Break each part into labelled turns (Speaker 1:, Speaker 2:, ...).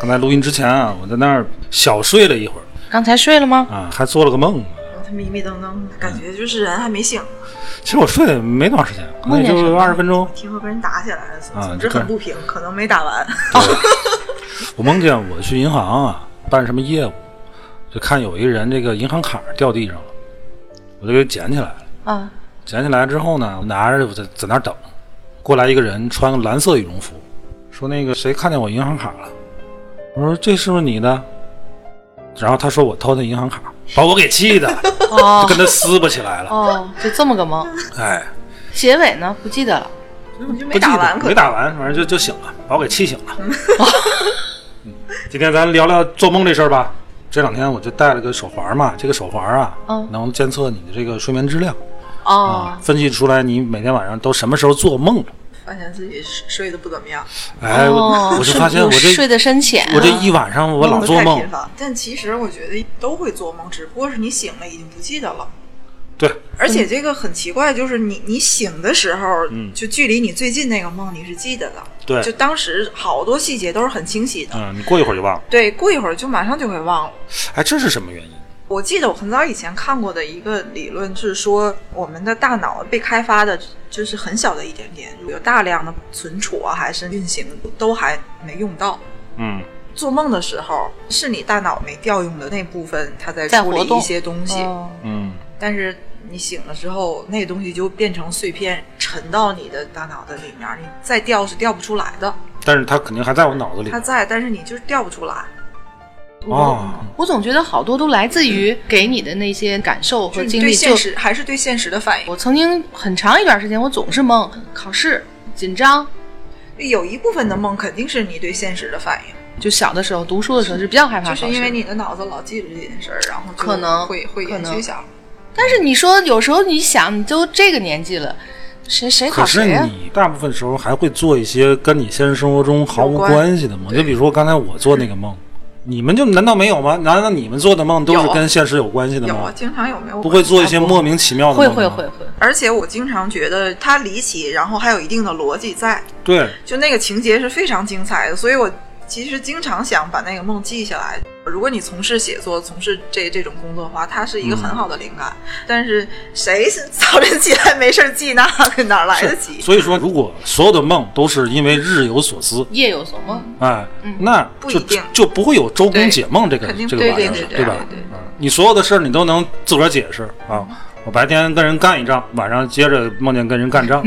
Speaker 1: 刚才录音之前啊，我在那儿小睡了一会儿
Speaker 2: 刚才睡了吗？
Speaker 1: 啊，还做了个梦。
Speaker 3: 他迷迷瞪瞪，感觉就是人还没醒，
Speaker 1: 其实我睡得没多长时间，可能也
Speaker 2: 梦见
Speaker 1: 就
Speaker 2: 什么
Speaker 1: 二十分钟。
Speaker 3: 听说跟人打起来了，
Speaker 1: 啊
Speaker 3: 总之
Speaker 1: 这
Speaker 3: 很不平，可能没打完。
Speaker 1: 我梦见我去银行啊办什么业务，就看有一个人这个银行卡掉地上了，我就给捡起来了。
Speaker 2: 啊，
Speaker 1: 捡起来之后呢，我拿着我在在那儿等，过来一个人穿个蓝色羽绒服，说那个谁看见我银行卡了？我说这是不是你的？然后他说我偷他银行卡，把我给气 的，就
Speaker 2: 哦
Speaker 1: 跟他撕巴起来了。
Speaker 2: 哦，就这么个梦，
Speaker 1: 哎，
Speaker 2: 结尾呢不记得了。
Speaker 3: 你 就
Speaker 1: 不
Speaker 3: 没
Speaker 1: 记
Speaker 3: 打
Speaker 1: 得
Speaker 3: 完，可
Speaker 1: 没打完，反正就就醒了，把我给气醒了。嗯
Speaker 3: 嗯
Speaker 1: 今天咱聊聊做梦这事儿吧。这两天我就戴了个手环嘛，这个手环啊，
Speaker 3: 哦
Speaker 2: 嗯
Speaker 1: 能监测你的这个睡眠质量啊，
Speaker 2: 哦，
Speaker 1: 分析出来你每天晚上都什么时候做梦了。
Speaker 3: 发现自己睡得不怎么样，
Speaker 1: 哎，我
Speaker 2: 哦
Speaker 1: 我就是发现
Speaker 2: 不
Speaker 1: 我
Speaker 2: 是
Speaker 1: 这
Speaker 2: 睡得深浅啊，
Speaker 1: 我这一晚上我老
Speaker 3: 得
Speaker 1: 做
Speaker 3: 嗯太
Speaker 1: 梦
Speaker 3: 频，繁。但其实我觉得都会做梦，只不过是你醒了已经不记得了。
Speaker 1: 对，
Speaker 3: 而且这个很奇怪，就是你你醒的时候，
Speaker 1: 嗯
Speaker 3: 就距离你最近那个梦你是记得的，
Speaker 1: 对
Speaker 3: 就当时好多细节都是很清晰的。
Speaker 1: 嗯，你过一会儿就忘了。
Speaker 3: 对，过一会儿就马上就会忘了。
Speaker 1: 哎，这是什么原因？
Speaker 3: 我记得我很早以前看过的一个理论是说，我们的大脑被开发的就是很小的一点点，有大量的存储啊，还是运行都还没用到。
Speaker 1: 嗯，
Speaker 3: 做梦的时候，是你大脑没调用的那部分，它在
Speaker 2: 在
Speaker 3: 处
Speaker 2: 活
Speaker 3: 理
Speaker 2: 动
Speaker 3: 一些东西，
Speaker 2: 哦
Speaker 1: 嗯，
Speaker 3: 但是你醒了之后，那东西就变成碎片，沉到你的大脑的里面，你再调是调不出来的。
Speaker 1: 但是他肯定还在我脑子里
Speaker 3: 它在，但是你就是调不出来。
Speaker 1: 哦，
Speaker 2: 我总觉得好多都来自于给你的那些感受
Speaker 3: 就
Speaker 2: 和
Speaker 3: 是你
Speaker 1: 嗯
Speaker 2: 经
Speaker 3: 对
Speaker 2: 历。就
Speaker 3: 现实还是对现实的反应。
Speaker 2: 我曾经很长一段时间，我总是梦考试紧张，
Speaker 3: 有一部分的梦肯定是你对现实的反应。
Speaker 2: 就小的时候读书的时候是比较害怕
Speaker 3: 就
Speaker 2: 考试
Speaker 3: 是
Speaker 2: 的，
Speaker 3: 因为你的脑子老记着这件事儿，然后就
Speaker 2: 可能
Speaker 3: 会会
Speaker 2: 可
Speaker 3: 延
Speaker 2: 能
Speaker 3: 续下来。
Speaker 2: 但是你说有时候你想，你都这个年纪了，谁谁考
Speaker 1: 可是
Speaker 2: 谁呀、
Speaker 1: 你大部分时候还会做一些跟你现实生活中毫无
Speaker 3: 有关
Speaker 1: 关系的梦，就比如说刚才我做那个梦，你们就难道没有吗？难道你们做的梦都是
Speaker 3: 有
Speaker 1: 跟现实有关系的
Speaker 3: 有
Speaker 1: 吗
Speaker 3: 啊，？经常有没有
Speaker 1: 不会做一些莫名其妙的
Speaker 2: 会
Speaker 1: 梦
Speaker 2: 会
Speaker 1: 吗
Speaker 2: 会会，
Speaker 3: 而且我经常觉得它离奇，然后还有一定的逻辑在，
Speaker 1: 对，
Speaker 3: 就那个情节是非常精彩的，所以我其实经常想把那个梦记下来。如果你从事写作、从事这这种工作的话，它是一
Speaker 1: 嗯
Speaker 3: 个很好的灵感。但是谁是早晨起来没事儿记那个，哪儿来得及？
Speaker 1: 所以说，如果所有的梦都是因为日有所思，
Speaker 2: 夜有所梦。
Speaker 1: 哎，那
Speaker 3: 嗯不
Speaker 1: 就
Speaker 3: 一定
Speaker 1: 就不会有周公解梦这个
Speaker 3: 肯定
Speaker 1: 这个玩意
Speaker 3: 对
Speaker 1: 儿
Speaker 3: 对
Speaker 1: 了，
Speaker 3: 对
Speaker 1: 吧？
Speaker 3: 对对嗯
Speaker 1: 嗯你所有的事儿你都能自个儿解释啊。我白天跟人干一仗，晚上接着梦见跟人干 仗，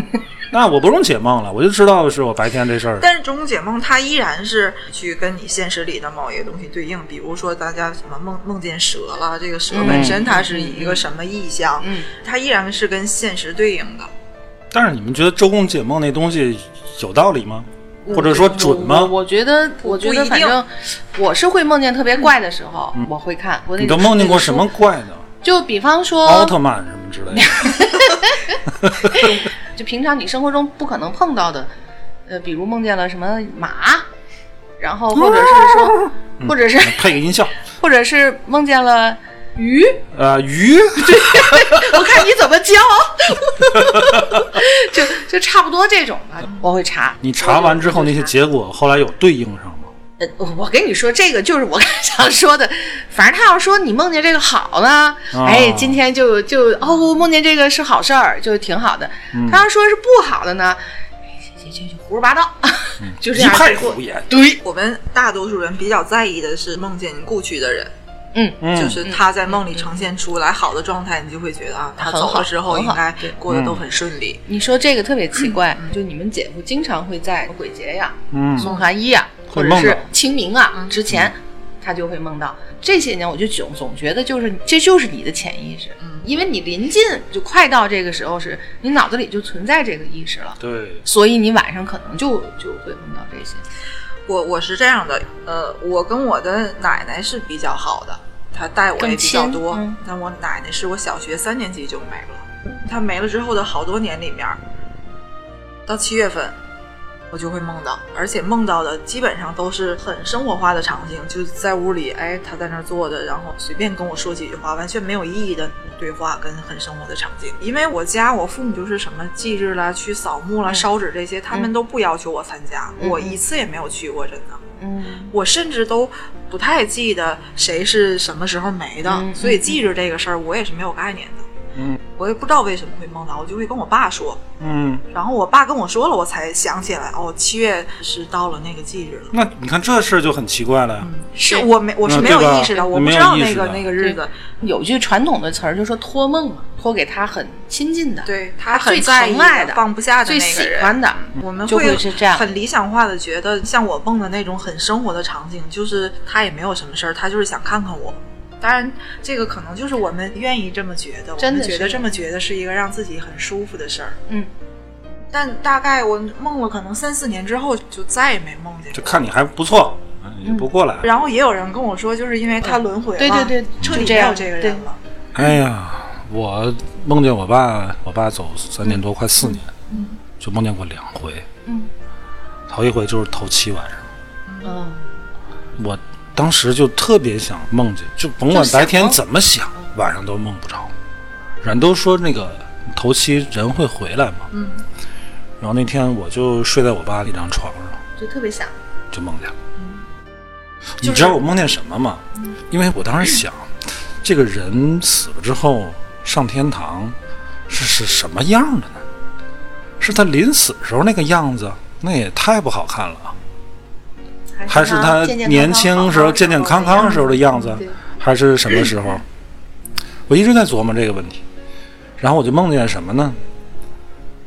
Speaker 1: 那我不用解梦了，我就知道是我白天这事儿。
Speaker 3: 但是中解梦它依然是去跟你现实里的某一个东西对应，比如说大家什么梦梦见蛇了，这个蛇本身它是一个什么意象，
Speaker 2: 嗯，
Speaker 3: 它依然是跟现实对应的。
Speaker 1: 但是你们觉得周公解梦那东西有道理吗？或者说准
Speaker 2: 我
Speaker 1: 吗？
Speaker 2: 我觉得，
Speaker 3: 不
Speaker 2: 我觉
Speaker 3: 不一
Speaker 2: 得
Speaker 3: 定
Speaker 2: 反正我是会梦见特别怪的时候，我会看。我
Speaker 1: 嗯
Speaker 2: 那
Speaker 1: 你
Speaker 2: 个
Speaker 1: 都梦见过什么？哦怪的？
Speaker 2: 就比方
Speaker 1: 奥
Speaker 2: 说，
Speaker 1: 特曼什么之类的？
Speaker 2: 就平常你生活中不可能碰到的，呃，比如梦见了什么马，然
Speaker 1: 哦
Speaker 2: 后或者是说，
Speaker 1: 嗯
Speaker 2: 或者是
Speaker 1: 配个音效，
Speaker 2: 或者是梦见了鱼，
Speaker 1: 呃，鱼，
Speaker 2: 我看你怎么教，就就差不多这种吧。我会查，
Speaker 1: 你查完之后那些结果后来有对应上吗？
Speaker 2: 呃，我跟你说，这个就是我刚 才想说的。反正他要说你梦见这个好呢，
Speaker 1: 啊
Speaker 2: 哎，今天就就哦，我梦见这个是好事儿，就挺好的。
Speaker 1: 嗯
Speaker 2: 他要说是不好的呢，哎这这就胡说八道， 就
Speaker 1: 嗯一
Speaker 2: 这
Speaker 3: 啊
Speaker 2: 样
Speaker 1: 派
Speaker 2: 就过
Speaker 1: 胡言。
Speaker 2: 对，
Speaker 3: 我们大多数人比较在意的是梦见故去的人，
Speaker 2: 嗯，
Speaker 1: 嗯
Speaker 3: 就是他在梦里呈现出来好的状态，你就会觉得啊，他
Speaker 2: 很
Speaker 3: 走
Speaker 2: 好
Speaker 3: 了之后
Speaker 2: 很
Speaker 3: 应
Speaker 2: 好
Speaker 3: 该
Speaker 2: 对嗯
Speaker 3: 过得都很顺利。
Speaker 2: 你说这个特别奇怪，就你们姐夫经常会在鬼节呀、
Speaker 1: 嗯，
Speaker 2: 送寒衣啊，
Speaker 1: 会
Speaker 2: 或者
Speaker 1: 梦
Speaker 2: 是
Speaker 1: 到
Speaker 2: 清明啊之前，他就会梦到。这些年我就总总觉得就是这就是你的潜意识，因为你临近就快到这个时候时，你脑子里就存在这个意识了，
Speaker 1: 对，
Speaker 2: 所以你晚上可能就就会梦到这些。
Speaker 3: 我我是这样的，呃，我跟我的奶奶是比较好的，她带我也比较多
Speaker 2: 更亲嗯。
Speaker 3: 那、我奶奶是我小学三年级就没了，她没了之后的好多年里面，到七月份我就会梦到，而且梦到的基本上都是很生活化的场景，就是在屋里，哎，她在那儿坐着，然后随便跟我说几句话，完全没有意义的对话跟很生活的场景。因为我家我父母就是什么祭日啦、去扫墓啦、
Speaker 2: 嗯
Speaker 3: 烧纸这些，他们都不要求我参加，
Speaker 2: 嗯
Speaker 3: 我一次也没有去过，真的。
Speaker 2: 嗯，
Speaker 3: 我甚至都不太记得谁是什么时候没的，
Speaker 2: 嗯
Speaker 3: 所以记着这个事儿我也是没有概念的。
Speaker 1: 嗯
Speaker 3: 我也不知道为什么会梦到，我就会跟我爸说，
Speaker 1: 嗯，
Speaker 3: 然后我爸跟我说了，我才想起来，哦，七月是到了那个忌日了。
Speaker 1: 那你看这事儿就很奇怪了呀。
Speaker 3: 是
Speaker 2: 对
Speaker 3: 我没我是
Speaker 1: 嗯
Speaker 3: 没有
Speaker 1: 对吧
Speaker 3: 意识到，我
Speaker 1: 你
Speaker 3: 不
Speaker 1: 没
Speaker 3: 知
Speaker 1: 有
Speaker 3: 道
Speaker 1: 意
Speaker 3: 那
Speaker 1: 识
Speaker 3: 个
Speaker 1: 到
Speaker 3: 那个日子，
Speaker 2: 有一句传统的词儿就说托梦嘛，托给他很亲近的，
Speaker 3: 对他
Speaker 2: 最
Speaker 3: 很在意
Speaker 2: 疼爱的、
Speaker 3: 放不下的
Speaker 2: 最
Speaker 3: 那个
Speaker 2: 喜
Speaker 3: 人。嗯
Speaker 2: 欢的，嗯
Speaker 3: 我们
Speaker 2: 就会是这样
Speaker 3: 很理想化的觉得，像我梦的那种很生活的场景，就是他也没有什么事儿，他就是想看看我。当然，这个可能就是我们愿意这么觉得，
Speaker 2: 真的
Speaker 3: 我们觉得
Speaker 2: 是
Speaker 3: 这么觉得是一个让自己很舒服的事儿。
Speaker 2: 嗯，
Speaker 3: 但大概我梦了可能三四年之后，就再也没梦见
Speaker 1: 就
Speaker 3: 过。
Speaker 1: 看你还不错，嗯也不过来。
Speaker 3: 然后也有人跟我说，就是因为他轮回了，
Speaker 2: 对对对
Speaker 3: 彻底
Speaker 2: 就这
Speaker 3: 没有
Speaker 2: 样
Speaker 3: 这个人了。
Speaker 1: 哎呀，我梦见我爸，我爸走三年多，快四年，就梦见过两回。
Speaker 2: 嗯，
Speaker 1: 头一回就是头七晚上，
Speaker 2: 嗯，
Speaker 1: 我当时就特别想梦见，就甭管
Speaker 2: 就想
Speaker 1: 白天
Speaker 2: 梦
Speaker 1: 怎么想，晚上都梦不着。人都说那个头七人会回来嘛，
Speaker 3: 嗯，
Speaker 1: 然后那天我就睡在我爸那张床上，
Speaker 2: 就特别想，
Speaker 1: 就梦见了。你知道我梦见什么吗？因为我当时想，这个人死了之后上天堂是是什么样的呢？是他临死时候那个样子，那也太不好看了啊。还是他
Speaker 2: 健健康康
Speaker 1: 年轻时候健健康康时候的样子
Speaker 2: 对，
Speaker 1: 还是什么时 候？我一直在琢磨这个问题，然后我就梦见什么呢？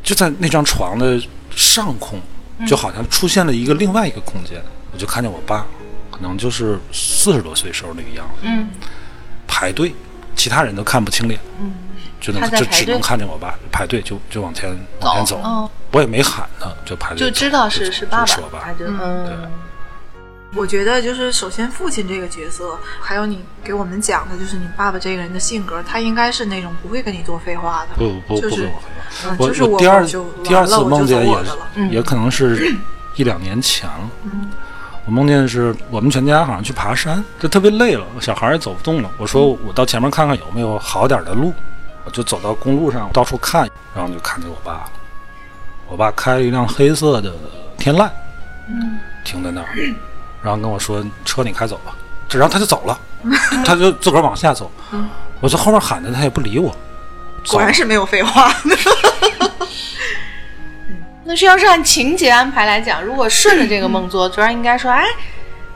Speaker 1: 就在那张床的上空，
Speaker 2: 嗯
Speaker 1: 就好像出现了一个另外一个空间，我就看见我爸，可能就是四十多岁时候那个样子，
Speaker 2: 嗯，
Speaker 1: 排队，其他人都看不清脸，就能
Speaker 2: 他在
Speaker 1: 就
Speaker 2: 排
Speaker 1: 只
Speaker 2: 队
Speaker 1: 能看见我爸排队，就就往前往前走，
Speaker 2: 哦，
Speaker 1: 我也没喊他，就排队
Speaker 2: 就
Speaker 1: 走，
Speaker 2: 知道是
Speaker 1: 就是
Speaker 2: 爸
Speaker 1: 就
Speaker 2: 爸
Speaker 1: 是我，爸
Speaker 2: 他就嗯，
Speaker 3: 我觉得就是首先父亲这个角色，还有你给我们讲的，就是你爸爸这个人的性格，他应该是那种不会跟你多废话的。
Speaker 1: 不不不
Speaker 3: 就是
Speaker 1: 跟我
Speaker 3: 嗯
Speaker 1: 我
Speaker 3: 就是我
Speaker 1: 第二
Speaker 3: 就
Speaker 1: 第二
Speaker 3: 完了
Speaker 1: 次
Speaker 3: 我
Speaker 1: 梦
Speaker 3: 就
Speaker 1: 见
Speaker 3: 走我
Speaker 1: 也
Speaker 3: 的
Speaker 1: 是
Speaker 3: 了嗯
Speaker 2: 嗯
Speaker 1: 也可能是一两年前了。我梦见是我们全家好像去爬山，就特别累了，小孩儿也走不动了。我说
Speaker 3: 嗯
Speaker 1: 我到前面看看有没有好点儿的路，我就走到公路上到处看，然后就看见我爸了。我爸开了一辆黑色的天籁，
Speaker 3: 嗯
Speaker 1: 停在那儿，然后跟我说：“车你开走吧。”这然后他就走了，他就自个儿往下走。
Speaker 3: 嗯
Speaker 1: 我在后面喊着他也不理我，
Speaker 3: 果然是没有废 话。
Speaker 2: 那是要是按情节安排来讲，如果顺着这个梦做，昨儿应该说，哎，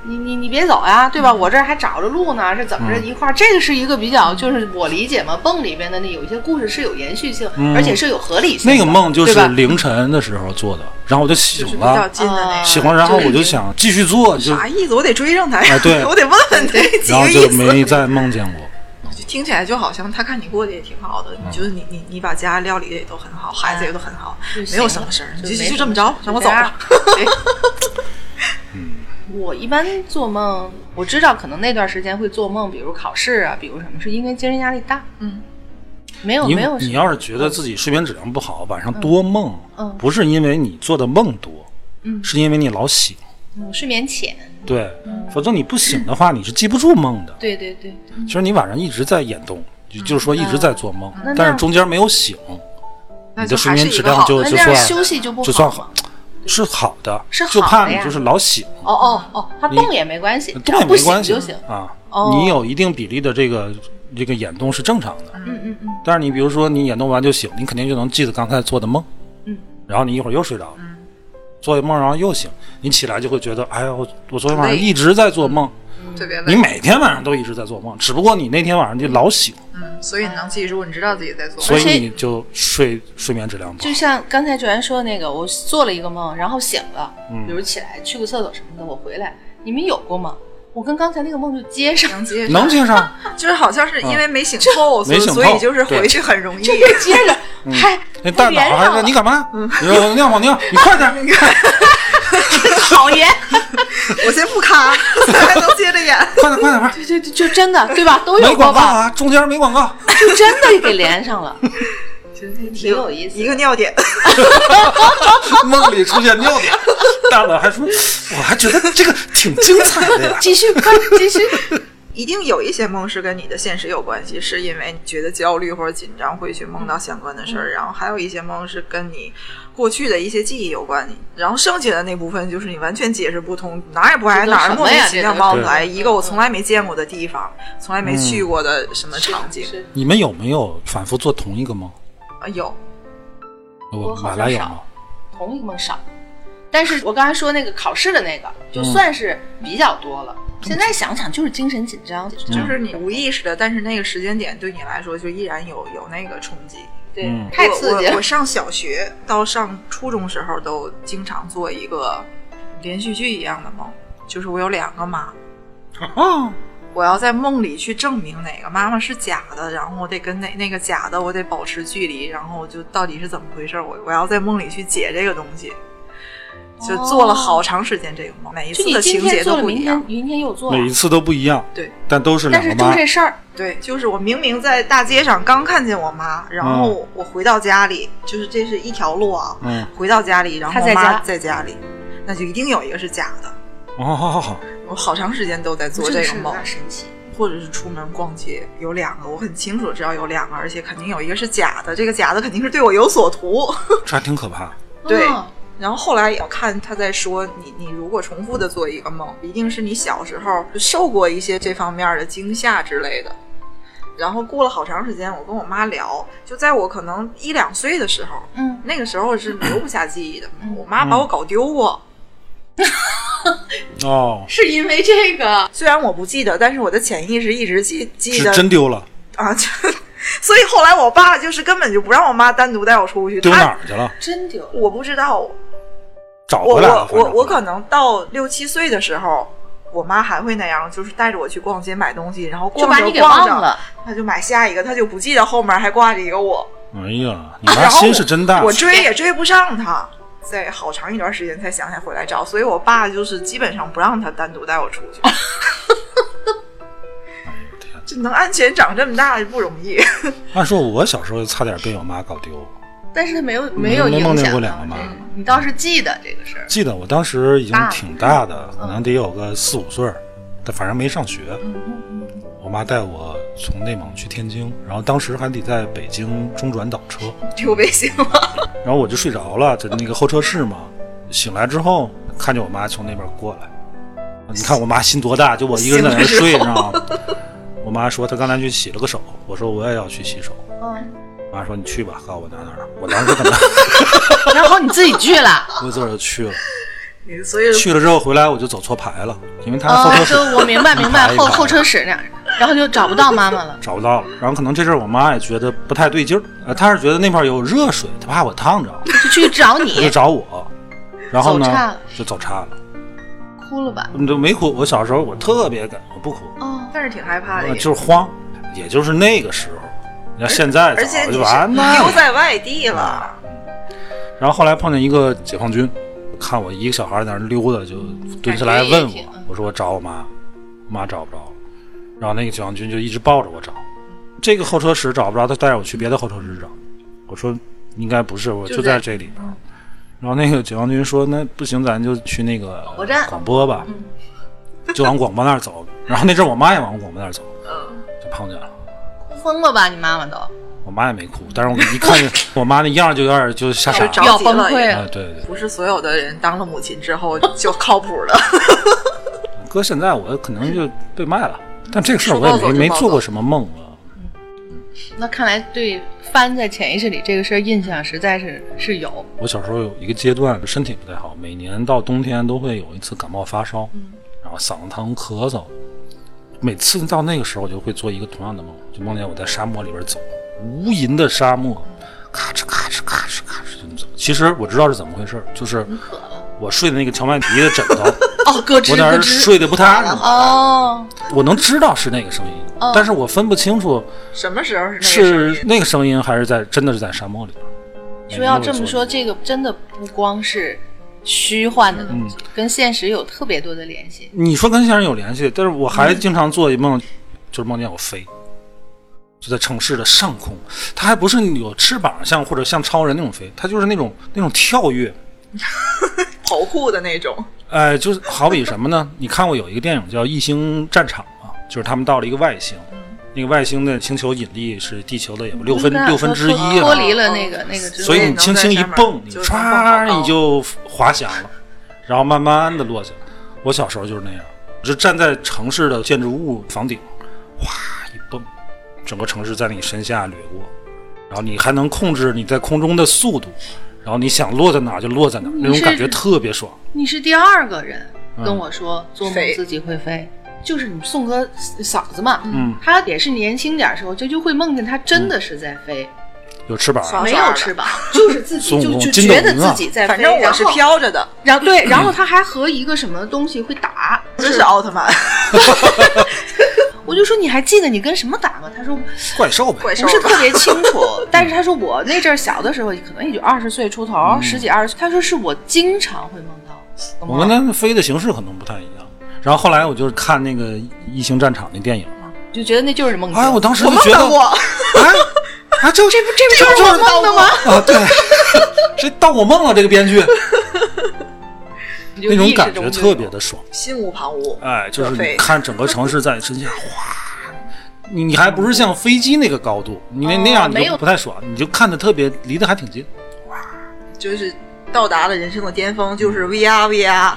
Speaker 2: 你你你别走呀，对吧？
Speaker 1: 嗯
Speaker 2: 我这儿还找着路呢，是怎么着一块儿？这个是一个比较，就是我理解嘛，梦里边的那有一些故事是有延续性，而且是有合理性的。
Speaker 1: 嗯那个梦就
Speaker 2: 对吧
Speaker 1: 是凌晨的时候做的，然后我就
Speaker 3: 就
Speaker 1: 醒
Speaker 3: 是比较
Speaker 1: 了，
Speaker 3: 近的那
Speaker 2: 啊
Speaker 3: 个。
Speaker 1: 醒了，然后
Speaker 2: 就是
Speaker 1: 我就想继续做，就
Speaker 3: 啥意思？我得追上他呀！
Speaker 1: 啊对
Speaker 3: 我得问问 他几
Speaker 1: 然后
Speaker 3: 个
Speaker 1: 就
Speaker 3: 意思。
Speaker 1: 没再梦见过。
Speaker 3: 听起来 就好像他看你过得也挺好的，
Speaker 1: 嗯
Speaker 3: 就是你你你把家料理的也都很好，孩子也都很好，
Speaker 2: 嗯就行
Speaker 3: 没有什么事儿，
Speaker 2: 了
Speaker 3: 你
Speaker 2: 就没
Speaker 3: 就
Speaker 2: 什
Speaker 3: 就
Speaker 2: 么
Speaker 3: 这么着，让我走 吧。
Speaker 2: 嗯，我一般做梦，我知道可能那段时间会做梦，比如考试啊，比如什么，是因为精神压力大，
Speaker 3: 嗯，
Speaker 2: 没有
Speaker 1: 你
Speaker 2: 没有什
Speaker 1: 你
Speaker 2: 么
Speaker 1: 要是觉得自己睡眠质量不好，晚上多梦
Speaker 2: 嗯，
Speaker 1: 不是因为你做的梦多，
Speaker 2: 嗯
Speaker 1: 是因为你老醒。
Speaker 2: 嗯睡眠浅，
Speaker 1: 对，
Speaker 2: 嗯
Speaker 1: 否则你不醒的话，你是记不住梦的。
Speaker 2: 对对对，
Speaker 1: 其实你晚上一直在眼动，就就是说一直在做梦
Speaker 2: 嗯那，
Speaker 1: 但是中间没有醒，
Speaker 3: 那
Speaker 1: 你的
Speaker 3: 就
Speaker 1: 睡
Speaker 3: 还是
Speaker 1: 眠
Speaker 3: 一
Speaker 1: 质
Speaker 3: 个
Speaker 1: 量
Speaker 3: 好
Speaker 1: 就
Speaker 2: 那
Speaker 1: 就
Speaker 2: 这样
Speaker 1: 算
Speaker 2: 休息就不好
Speaker 1: 就算
Speaker 2: 吗
Speaker 1: 好，是好的，
Speaker 2: 是好
Speaker 1: 就怕
Speaker 2: 的呀
Speaker 1: 你就是老醒。
Speaker 2: 哦哦哦，他动也没关系，只
Speaker 1: 动
Speaker 2: 要
Speaker 1: 也
Speaker 2: 不
Speaker 1: 没
Speaker 2: 醒
Speaker 1: 关系
Speaker 2: 就行。
Speaker 1: 啊
Speaker 2: 哦。
Speaker 1: 你有一定比例的这个这个眼动是正常的，
Speaker 2: 嗯嗯嗯，
Speaker 1: 但是你比如说你眼动完就醒，你肯定就能记得刚才做的梦，
Speaker 2: 嗯，
Speaker 1: 然后你一会儿又睡着了，做一梦然后又醒，你起来就会觉得，哎呀，我我昨天晚上
Speaker 3: 累
Speaker 1: 一直在
Speaker 2: 嗯
Speaker 1: 做梦，
Speaker 3: 特别
Speaker 1: 你
Speaker 3: 累，
Speaker 1: 每天晚上都一直在做梦，只不过你那天晚上就老醒，
Speaker 3: 嗯，所以你能记住，你知道自己在做。
Speaker 1: 所以
Speaker 2: 而且
Speaker 1: 你就睡睡眠质量不好
Speaker 2: 就，像刚才九然说那个，我做了一个梦，然后醒了，
Speaker 1: 嗯
Speaker 2: 比如起来去个厕所什么的，我回来，你们有过吗？我跟刚才那个梦就接上，
Speaker 3: 能接
Speaker 1: 能啊接上，
Speaker 3: 就是好像是因为没醒透，所以
Speaker 1: 嗯没醒透
Speaker 3: 所以就是回去很容 易。
Speaker 2: 接着，嗨，
Speaker 1: 嗯那
Speaker 2: 我
Speaker 1: 大
Speaker 2: 连
Speaker 1: 脑还
Speaker 2: 上
Speaker 1: 说
Speaker 2: 了嗯
Speaker 1: 你干嘛？你说我尿泡尿，你快点儿，
Speaker 2: 讨厌，
Speaker 3: 我先不 咔，还能接着演。
Speaker 1: 快点快点快点，
Speaker 2: 就就就真的对吧？都
Speaker 1: 没
Speaker 2: 有过
Speaker 1: 广告
Speaker 2: 吧？
Speaker 1: 啊，中间没广告。
Speaker 2: 就真的给连 上了，挺有意思的。
Speaker 3: 一个尿点，
Speaker 1: 梦里出现尿点， 大脑还说，我还觉得这个挺精彩的 呀。
Speaker 2: 继续，快 继续。
Speaker 3: 一定有一些梦是跟你的现实有关系，是因为你觉得焦虑或者紧张会去梦到相关的事儿。然后还有一些梦是跟你过去的一些记忆有关，你然后剩下的那部分就是你完全解释不通，哪儿也不挨
Speaker 2: 这都
Speaker 3: 哪儿
Speaker 2: 什么
Speaker 3: 莫名
Speaker 2: 呀这
Speaker 3: 其妙
Speaker 2: 都
Speaker 3: 冒出
Speaker 1: 是
Speaker 3: 来一个我
Speaker 2: 嗯
Speaker 3: 从来没见过的地方，从
Speaker 1: 嗯
Speaker 3: 来没去过的什么场景。
Speaker 2: 是
Speaker 1: 你们有没有反复做同一个梦？
Speaker 3: 啊有，
Speaker 1: 我
Speaker 2: 我好
Speaker 1: 马
Speaker 2: 像
Speaker 1: 来有
Speaker 2: 少
Speaker 1: 吗？
Speaker 2: 同一个梦少，但是我刚才说那个考试的那个，
Speaker 1: 嗯
Speaker 2: 就算是比较多了。现在想想就是精神紧张，嗯
Speaker 3: 就
Speaker 2: 就是
Speaker 3: 你无意识的，但是那个时间点对你来说就依然有有那个冲击。
Speaker 2: 对、
Speaker 1: 嗯
Speaker 2: 太刺激
Speaker 3: 我我
Speaker 2: 了
Speaker 3: 我。上小学到上初中时候都经常做一个连续剧一样的梦，就是我有两个妈，
Speaker 1: 哦，
Speaker 3: 我要在梦里去证明哪个妈妈是假的，然后我得跟哪那个假的我得保持距离，然后就到底是怎么回事，我我要在梦里去解这个东西。就做了好长时间这个梦，每
Speaker 2: 哦
Speaker 3: 一
Speaker 2: 就
Speaker 3: 次
Speaker 2: 你
Speaker 3: 的
Speaker 2: 今
Speaker 3: 情
Speaker 2: 天
Speaker 3: 节都
Speaker 2: 做了，
Speaker 3: 不
Speaker 2: 明
Speaker 3: 一样
Speaker 2: 天。明天又做了
Speaker 1: 每一次都不一样，
Speaker 3: 对，
Speaker 1: 但都是
Speaker 2: 但
Speaker 1: 两
Speaker 2: 是
Speaker 1: 个
Speaker 2: 就
Speaker 1: 妈。
Speaker 2: 这事儿，
Speaker 3: 对，就是我明明在大街上刚看见我妈，然后我回到家里，就是这是一条路啊，
Speaker 1: 嗯，
Speaker 3: 回到家里，然后
Speaker 2: 她
Speaker 3: 我
Speaker 2: 在
Speaker 3: 妈
Speaker 2: 家
Speaker 3: 在家里，那就一定有一个是假的。
Speaker 1: 哦，好好好，
Speaker 3: 我好长时间都在做
Speaker 2: 这个
Speaker 3: 这个
Speaker 2: 事儿有
Speaker 3: 梦，
Speaker 2: 点神奇。
Speaker 3: 或者是出门逛街，有两个，我很清楚知道有两个，而且肯定有一个是假的，这个假的肯定是对我有所图。
Speaker 1: 这还挺可怕。
Speaker 3: 对
Speaker 2: 嗯
Speaker 3: 然后后来我看他在说，你你如果重复的做一个梦，一定是你小时候受过一些这方面的惊吓之类的。然后过了好长时间，我跟我妈聊，就在我可能一两岁的时候，
Speaker 2: 嗯，
Speaker 3: 那个时候是留不下记忆的
Speaker 2: 嗯。
Speaker 3: 我妈把我搞丢过，
Speaker 1: 哦，
Speaker 2: 是因为这个
Speaker 3: 虽然我不记得，但是我的潜意识一直记记
Speaker 1: 是
Speaker 3: 得
Speaker 1: 真丢了，
Speaker 3: 啊。 就所以后来我爸就是根本就不让我妈单独带我出去，
Speaker 1: 丢哪
Speaker 3: 他
Speaker 1: 儿去了？
Speaker 2: 真丢了。
Speaker 3: 我不知道，
Speaker 1: 找
Speaker 3: 我
Speaker 1: 回来
Speaker 3: 我
Speaker 1: 了。
Speaker 3: 我我可
Speaker 1: 反正
Speaker 3: 能到六七岁的时候，我妈还会那样，就是带着我去逛街买东西，然后
Speaker 2: 就
Speaker 3: 逛
Speaker 2: 把
Speaker 3: 着
Speaker 2: 你给
Speaker 3: 逛
Speaker 2: 忘
Speaker 3: 着，
Speaker 2: 了，
Speaker 3: 她就买下一个，她就不记得后面还挂着一个我，
Speaker 1: 哎呀，你妈心是真大
Speaker 3: 我。追也追不上她。在好长一段时间才想起来回来找，所以我爸就是基本上不让她单独带我出 去，
Speaker 1: 哎呦天
Speaker 3: 就能安全长这么大不容易。
Speaker 1: 按说我小时候差点被我妈搞丢，
Speaker 2: 但是没有嗯没有
Speaker 1: 没
Speaker 2: 影
Speaker 1: 梦见
Speaker 2: 响
Speaker 1: 过
Speaker 2: 到
Speaker 1: 两个妈
Speaker 2: 这你倒是记得这个 事儿。
Speaker 1: 记得我当时已经
Speaker 2: 大了
Speaker 1: 挺大的，可能得有个四五岁儿，但反正没上学。我妈带我从内蒙去天津，然后当时还得在北京中转倒车，
Speaker 3: 丢 微信
Speaker 2: 嗯
Speaker 3: 吗？
Speaker 1: 然后我就睡着了，在那个候车室嘛。醒来之后，看见我妈从那边过来，你看我妈心多大，就我一个人在那儿睡，你知道吗？我妈说她刚才去洗了个手，我说我也要去洗手。
Speaker 2: 嗯，
Speaker 1: 我妈说你去吧，告诉我哪哪哪。我当时可能
Speaker 2: 然后你自己去 了。
Speaker 1: 我自个儿就去了，
Speaker 3: 所以
Speaker 1: 去了之后回来我就走错排了，因为她后
Speaker 2: 哦
Speaker 1: 车，室
Speaker 2: 就 我明白明白
Speaker 1: 一排，一
Speaker 2: 后
Speaker 1: 排
Speaker 2: 后车室那儿，然后就找不到妈妈了。
Speaker 1: 找不到了。然后可能这事儿我妈也觉得不太对劲儿，呃，她是觉得那块儿有热水，她怕我烫着，
Speaker 2: 就去找
Speaker 1: 她就
Speaker 2: 你，
Speaker 1: 找我。然后呢
Speaker 2: 走岔了，
Speaker 1: 就走岔了。
Speaker 2: 哭了吧？
Speaker 1: 你都没哭，我小时候我特别敢，我不哭，
Speaker 2: 哦，
Speaker 3: 但是挺害怕的
Speaker 1: 呃
Speaker 3: 也，
Speaker 1: 就是慌，也就是那个时候。你看现在
Speaker 3: 而且
Speaker 1: 早
Speaker 3: 你
Speaker 1: 就是完
Speaker 3: 留
Speaker 1: 了。嗯
Speaker 3: 在外地了，
Speaker 1: 然后后来碰见一个解放军，看我一个小孩在那儿溜达，就蹲下来问
Speaker 2: 感觉也挺
Speaker 1: 我
Speaker 2: 嗯，
Speaker 1: 我说我找我妈，我妈找不着了。然后那个解放军就一直抱着我找，这个候车室找不着，他带着我去别的候车室找。我说应该不是，我
Speaker 2: 就
Speaker 1: 就
Speaker 2: 在嗯
Speaker 1: 在这里边。然后那个解放军说：“那不行，咱就去那个
Speaker 2: 播站嗯
Speaker 1: 广播吧，就往广播那儿走。”然后那阵儿我妈也往广播那儿走，
Speaker 2: 嗯
Speaker 1: 就碰见了。
Speaker 2: 哭疯了吧？你妈妈都
Speaker 1: 我妈也没哭，但是我一看见 我妈那样儿就有点儿就吓傻
Speaker 3: 就着
Speaker 1: 了。
Speaker 2: 要崩溃
Speaker 1: 啊，
Speaker 2: 了。
Speaker 1: 对对，
Speaker 3: 不是所有的人当了母亲之后就靠谱了。
Speaker 1: 搁现在我可能就被卖了，但这个事儿我
Speaker 3: 说暴
Speaker 1: 也
Speaker 3: 走就
Speaker 1: 没没
Speaker 3: 暴走
Speaker 1: 做过什么梦啊。
Speaker 2: 那看来对翻在潜意识里这个事儿印象实在是是有。
Speaker 1: 我小时候有一个阶段身体不太好，每年到冬天都会有一次感冒发烧，然后嗓子疼咳嗽。每次到那个时候，我就会做一个同样的梦，就梦见我在沙漠里边走，无垠的沙漠，咔哧咔哧咔哧咔哧就这么走。其实我知道是怎么回事，就是我睡的那个荞麦皮的枕头，
Speaker 2: 哦，咯吱
Speaker 1: 我在那
Speaker 2: 咯
Speaker 1: 儿
Speaker 2: 吱。
Speaker 1: 睡得不踏实。
Speaker 2: 哦，
Speaker 1: 我能知道是那个声音，
Speaker 2: 嗯
Speaker 1: 但是我分不清楚
Speaker 3: 什么时候是那
Speaker 1: 是那
Speaker 3: 个声音
Speaker 1: 个声音还是在真的是在沙漠里边。
Speaker 2: 说要这么说，这个真的不光是虚幻的东
Speaker 1: 嗯
Speaker 2: 西，跟现实有特别多的联系。
Speaker 1: 你说跟现实有联系，但是我还经常做一梦，
Speaker 3: 嗯
Speaker 1: 就是梦见我飞，就在城市的上空，它还不是有翅膀像或者像超人那种飞，它就是那种那种跳跃，
Speaker 3: 跑酷的那种，
Speaker 1: 哎，就是好比什么呢？ 你看过有一个电影叫《异星战场》吗？就是他们到了一个外星，那个外星的星球引力是地球的有六分
Speaker 2: 那
Speaker 1: 六分之一
Speaker 2: 脱
Speaker 1: 了，
Speaker 2: 离了那个那个之后，
Speaker 1: 所以你轻轻一蹦，你
Speaker 3: 能在上
Speaker 1: 唰
Speaker 3: 面就
Speaker 1: 你就滑翔了，然后慢慢的落下来。我小时候就是那样，就站在城市的建筑物房顶，哗一蹦，整个城市在你身下掠过，然后你还能控制你在空中的速度，然后你想落在哪儿就落在哪儿，那种
Speaker 2: 是
Speaker 1: 感觉特别爽。
Speaker 2: 你是第二个人跟
Speaker 1: 嗯
Speaker 2: 我说、做梦
Speaker 3: 飞
Speaker 2: 自己会飞，就是你宋哥嫂子嘛，
Speaker 1: 嗯，
Speaker 2: 她也是年轻点儿时候就就会梦见她真的是在飞，
Speaker 1: 有翅膀，
Speaker 3: 爽
Speaker 2: 没
Speaker 3: 爽爽
Speaker 2: 有
Speaker 3: 的
Speaker 2: 翅 膀，就是自己
Speaker 1: 孙悟
Speaker 2: 就
Speaker 1: 空
Speaker 2: 就
Speaker 1: 筋
Speaker 2: 觉
Speaker 1: 斗
Speaker 2: 得
Speaker 1: 云啊
Speaker 2: 自己在飞，
Speaker 3: 嗯反正我是
Speaker 2: 然后
Speaker 3: 飘着的，
Speaker 2: 然后对，然后他还和一个什么东西会打，
Speaker 1: 嗯
Speaker 3: 这是奥 特曼，
Speaker 2: 我就说你还记得你跟什么打吗？他说
Speaker 1: 怪兽呗
Speaker 3: 怪，兽
Speaker 2: 不是特别清楚， 但是他说我那阵儿小的时候，可能也就二十岁出头，十几二十岁，他说是我经常会梦到。
Speaker 1: 嗯我跟他飞的形式可能不太一样。然后后来我就是看那个《异星战场》那电影嘛，
Speaker 2: 就觉得那就是梦境。
Speaker 1: 哎，我当时
Speaker 3: 我
Speaker 1: 就
Speaker 3: 梦
Speaker 1: 觉得
Speaker 3: 到，过，
Speaker 1: 哎，啊，这这不这
Speaker 2: 这不是我梦的吗？
Speaker 1: 啊，对，这盗我梦了，这个编剧
Speaker 2: 你就
Speaker 1: 那种
Speaker 2: 意识
Speaker 1: 感
Speaker 2: 中
Speaker 1: 觉
Speaker 2: 就
Speaker 1: 特
Speaker 2: 有
Speaker 1: 别的爽，
Speaker 3: 心无旁骛，
Speaker 1: 哎，就是
Speaker 3: 特
Speaker 1: 你
Speaker 3: 飞
Speaker 1: 看整个城市 在你身下，哗，你你还不是像飞机那个高度，你那
Speaker 2: 哦
Speaker 1: 那样
Speaker 2: 没
Speaker 1: 你
Speaker 2: 有
Speaker 1: 就不太爽，你就看的特别离得还挺近，
Speaker 3: 就是到达了人生的巅峰，就是 VR VR，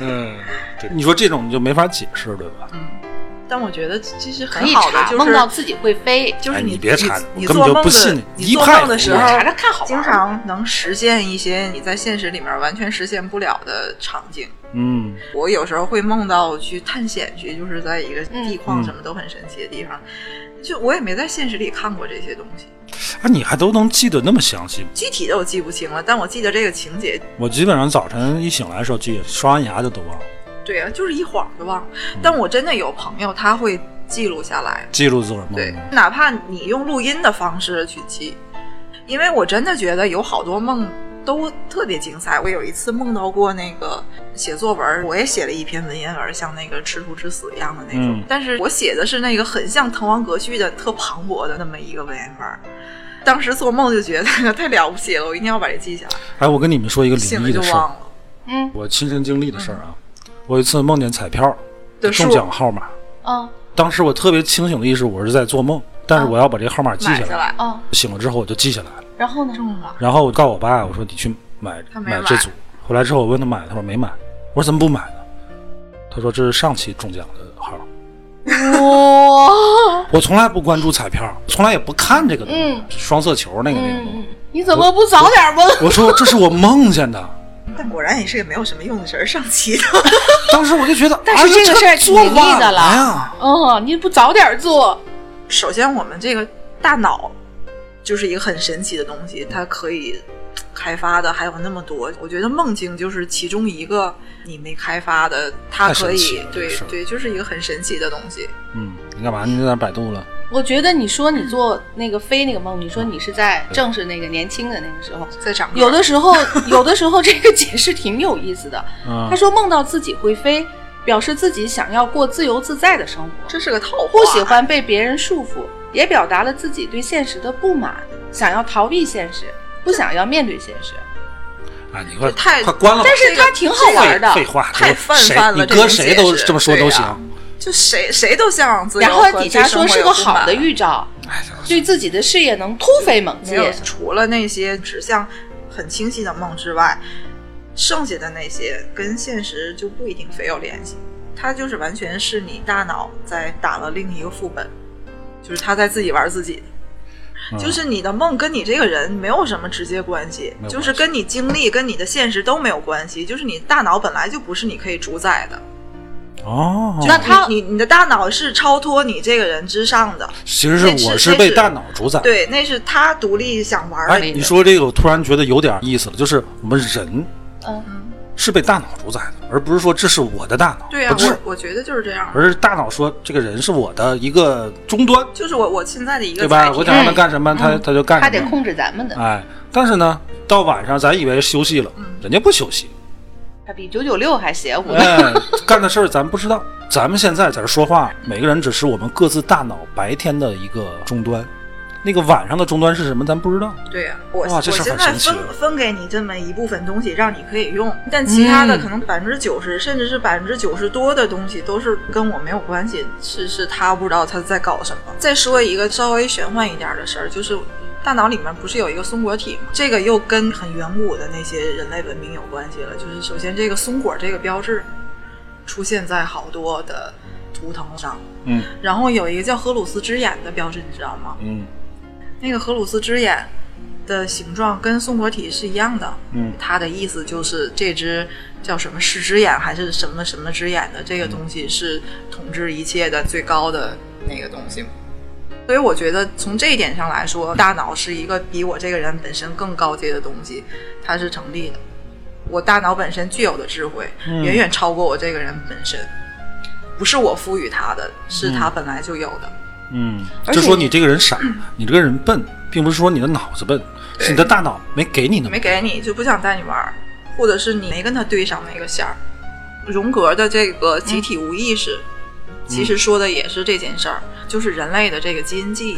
Speaker 1: 嗯， 你说这种你就没法解释，对吧？
Speaker 3: 但我觉得其实
Speaker 2: 可
Speaker 3: 很
Speaker 2: 以
Speaker 3: 好的
Speaker 2: 查，
Speaker 3: 就是
Speaker 2: 梦到自己会飞，
Speaker 3: 就是
Speaker 1: 哎
Speaker 3: 你
Speaker 1: 你别查了
Speaker 3: 你
Speaker 1: 我根本
Speaker 3: 做
Speaker 1: 就
Speaker 3: 梦
Speaker 1: 不
Speaker 3: 的
Speaker 1: 信你
Speaker 3: 你
Speaker 1: 一
Speaker 3: 做
Speaker 1: 派
Speaker 3: 梦的
Speaker 1: 胡
Speaker 3: 时
Speaker 1: 说
Speaker 3: 候，
Speaker 2: 查查看好玩。
Speaker 3: 经常能实现一些你在现实里面完全实现不了的场景。
Speaker 1: 嗯，
Speaker 3: 我有时候会梦到去探险去，就是在一个地
Speaker 1: 嗯
Speaker 3: 矿什么都很神奇的地方，就我也没在现实里看过这些东西，
Speaker 1: 啊，你还都能记得那么详细吗？
Speaker 3: 具体的我记不清了，但我记得这个情节。
Speaker 1: 我基本上早晨一醒来的时候记，刷完牙就都忘了，
Speaker 3: 对啊，就是一晃就忘了。
Speaker 1: 嗯
Speaker 3: 但我真的有朋友他会记录下来，
Speaker 1: 记录自个儿梦
Speaker 3: 对
Speaker 1: 中。，
Speaker 3: 嗯哪怕你用录音的方式去记，因为我真的觉得有好多梦都特别精彩。我有一次梦到过那个写作文，我也写了一篇文言文，像那个《赤兔之死》一样的那种，
Speaker 1: 嗯
Speaker 3: 但是我写的是那个很像滕王阁序的特磅礴的那么一个文言文。当时做梦就觉得太了不起了，我一定要把这记下来，
Speaker 1: 哎，我跟你们说一个
Speaker 3: 醒
Speaker 1: 灵
Speaker 3: 了
Speaker 1: 异
Speaker 3: 就
Speaker 1: 的事儿
Speaker 3: 忘，了。
Speaker 2: 嗯
Speaker 1: 我亲身经历的事儿啊。我有一次梦见彩票
Speaker 3: 的
Speaker 1: 中
Speaker 3: 数
Speaker 1: 奖号码，
Speaker 2: 嗯
Speaker 1: 当时我特别清醒的意识，我是在做梦，但是
Speaker 2: 啊
Speaker 1: 我要把这个号码记
Speaker 3: 买
Speaker 1: 下
Speaker 3: 下
Speaker 1: 来。
Speaker 3: 来，
Speaker 2: 嗯，
Speaker 1: 醒了之后我就记下来了，
Speaker 2: 然后呢？
Speaker 1: 然后我告我爸，我说你去买
Speaker 3: 他没买
Speaker 1: 这组。回来之后我问他买，他说没买。我说怎么不买呢？他说这是上期中奖的号。
Speaker 2: 嗯哇，
Speaker 1: 我从来不关注彩票，从来也不看这个东西，
Speaker 2: 嗯
Speaker 1: 双色球那个那个东西。
Speaker 2: 嗯，你怎么不早点问？
Speaker 1: 我说这是我梦见的，
Speaker 3: 但果然也是个没有什么用的事儿，上棋的。
Speaker 1: 当时我就觉得，
Speaker 2: 但是
Speaker 1: 哎
Speaker 2: 这个事儿
Speaker 1: 做
Speaker 2: 挺灵异的了
Speaker 1: 晚呀。
Speaker 2: 嗯，你不早点做？
Speaker 3: 首先，我们这个大脑就是一个很神奇的东西，它可以开发的还有那么多。我觉得梦境就是其中一个你没开发的，它
Speaker 1: 太神
Speaker 3: 可
Speaker 1: 奇
Speaker 3: 以
Speaker 1: 了这
Speaker 3: 对
Speaker 1: 个事儿
Speaker 3: 对，就是一个很神奇的东西。
Speaker 1: 嗯，你干嘛？你在那儿百度了？
Speaker 2: 我觉得你说你做那个飞那个梦，你说你是在正是那个年轻的那个时候。
Speaker 3: 在长个儿
Speaker 2: 有的时候，有的时候这个解释挺有意思的。
Speaker 1: 嗯，
Speaker 2: 他说梦到自己会飞，表示自己想要过自由自在的生活，
Speaker 3: 这是个套话，
Speaker 2: 不喜欢被别人束缚，也表达了自己对现实的不满，想要逃避现实，不想要面对现实。
Speaker 1: 啊，你快
Speaker 3: 太
Speaker 1: 快关了吧。
Speaker 2: 但是他挺好玩的。
Speaker 1: 废话，
Speaker 3: 太泛泛了
Speaker 1: 谁你搁
Speaker 3: 这种
Speaker 1: 谁都
Speaker 3: 解释
Speaker 1: 这么说都行
Speaker 3: 对。啊就谁谁都向往自由
Speaker 2: 然后
Speaker 3: 和
Speaker 2: 底
Speaker 3: 对
Speaker 2: 下说
Speaker 3: 生活
Speaker 2: 是
Speaker 3: 有
Speaker 2: 个
Speaker 3: 不
Speaker 2: 好
Speaker 3: 满
Speaker 2: 的预兆，
Speaker 1: 哎，
Speaker 2: 对自己的事业能突飞猛
Speaker 3: 没
Speaker 2: 进。
Speaker 3: 有，除了那些指向很清晰的梦之外，剩下的那些跟现实就不一定非有联系，它就是完全是你大脑在打了另一个副本，就是他在自己玩自己。
Speaker 1: 嗯
Speaker 3: 就是你的梦跟你这个人没有什么直接关系
Speaker 1: 没有关，系
Speaker 3: 就是跟你经历、跟你的现实都没有关系。就是你大脑本来就不是你可以主宰的，
Speaker 1: 哦，
Speaker 2: 那他
Speaker 3: 你你的大脑是超脱你这个人之上的，
Speaker 1: 其实是我是被大脑主宰。
Speaker 3: 对，那是他独立想玩
Speaker 1: 哎，
Speaker 3: 的。
Speaker 1: 你说这个，我突然觉得有点意思了，就是我们人
Speaker 2: 嗯，
Speaker 1: 是被大脑主宰的，而不是说这是我的大脑，
Speaker 3: 对呀、啊
Speaker 1: 不是，
Speaker 3: 我我觉得就是这样。啊
Speaker 1: 而是大脑说这个人是我的一个终端，
Speaker 3: 就是我我现在的一个
Speaker 1: 对吧？
Speaker 3: 载体嗯
Speaker 1: 我想让他干什么，他他就干
Speaker 2: 他
Speaker 1: 什
Speaker 2: 得
Speaker 1: 么。
Speaker 2: 控制咱们的。
Speaker 1: 哎，但是呢，到晚上咱以为休息
Speaker 3: 嗯
Speaker 1: 了，人家不休息，
Speaker 2: 他比九九六还邪乎呢。
Speaker 1: 哎， 干的事儿咱不知道。咱们现在在这说话，每个人只是我们各自大脑白天的一个终端，那个晚上的终端是什么，咱不知道。
Speaker 3: 对呀、我
Speaker 1: 哇
Speaker 3: 我
Speaker 1: 这事儿
Speaker 3: 现
Speaker 1: 很
Speaker 3: 在
Speaker 1: 神
Speaker 3: 分
Speaker 1: 奇啊
Speaker 3: 分给你这么一部分东西，让你可以用，但其他的
Speaker 1: 嗯
Speaker 3: 可能百分之九十，甚至是百分之九十多的东西都是跟我没有关系，是是他不知道他在搞什么。再说一个稍微玄幻一点的事儿，就是。大脑里面不是有一个松果体吗？这个又跟很远古的那些人类文明有关系了。就是首先，这个松果这个标志出现在好多的图腾上，
Speaker 1: 嗯
Speaker 3: 然后有一个叫荷鲁斯之眼的标志，你知道吗？
Speaker 1: 嗯
Speaker 3: 那个荷鲁斯之眼的形状跟松果体是一样的，
Speaker 1: 嗯
Speaker 3: 它的意思就是这只叫什么视之眼还是什么什么之眼的这个东西是统治一切的最高的那个东西。所以我觉得从这一点上来说，大脑是一个比我这个人本身更高阶的东西，它是成立的。我大脑本身具有的智慧
Speaker 1: 嗯
Speaker 3: 远远超过我这个人本身，不是我赋予它的，是它本来就有的。
Speaker 1: 嗯，
Speaker 3: 而
Speaker 1: 就
Speaker 3: 且
Speaker 1: 说你这个人傻，你这个人笨，并不是说你的脑子笨，是你的大脑没给你那么
Speaker 3: 没给你就不想带你玩儿，或者是你没跟他对上那个线儿。荣格的这个集体无意识，其实说的也是这件事儿，就是人类的这个基因记忆，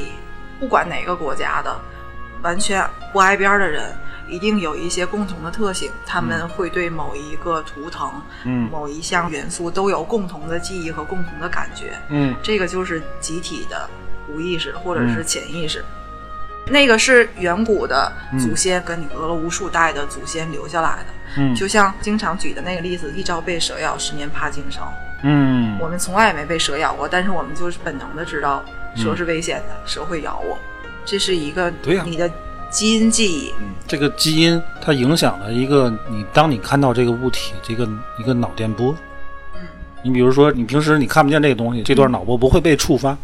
Speaker 3: 不管哪个国家的，完全不挨边儿的人，一定有一些共同的特性，他们会对某一个图腾、
Speaker 1: 嗯
Speaker 3: 某一项元素都有共同的记忆和共同的感觉。
Speaker 1: 嗯
Speaker 3: 这个就是集体的无意识或者是潜意识。那个是远古的祖先跟你隔了无数代的祖先留下来的，
Speaker 1: 嗯
Speaker 3: 就像经常举的那个例子，一朝被蛇咬，十年怕井绳。
Speaker 1: 嗯
Speaker 3: 我们从来也没被蛇咬过，但是我们就是本能的知道蛇是危险的，蛇会咬我。这是一个
Speaker 1: 嗯对呀
Speaker 3: 你的基因记忆，
Speaker 1: 嗯，这个基因它影响了一个你，当你看到这个物体，这个一个脑电波。嗯你比如说，你平时你看不见这个东西，这段脑波不会被触发。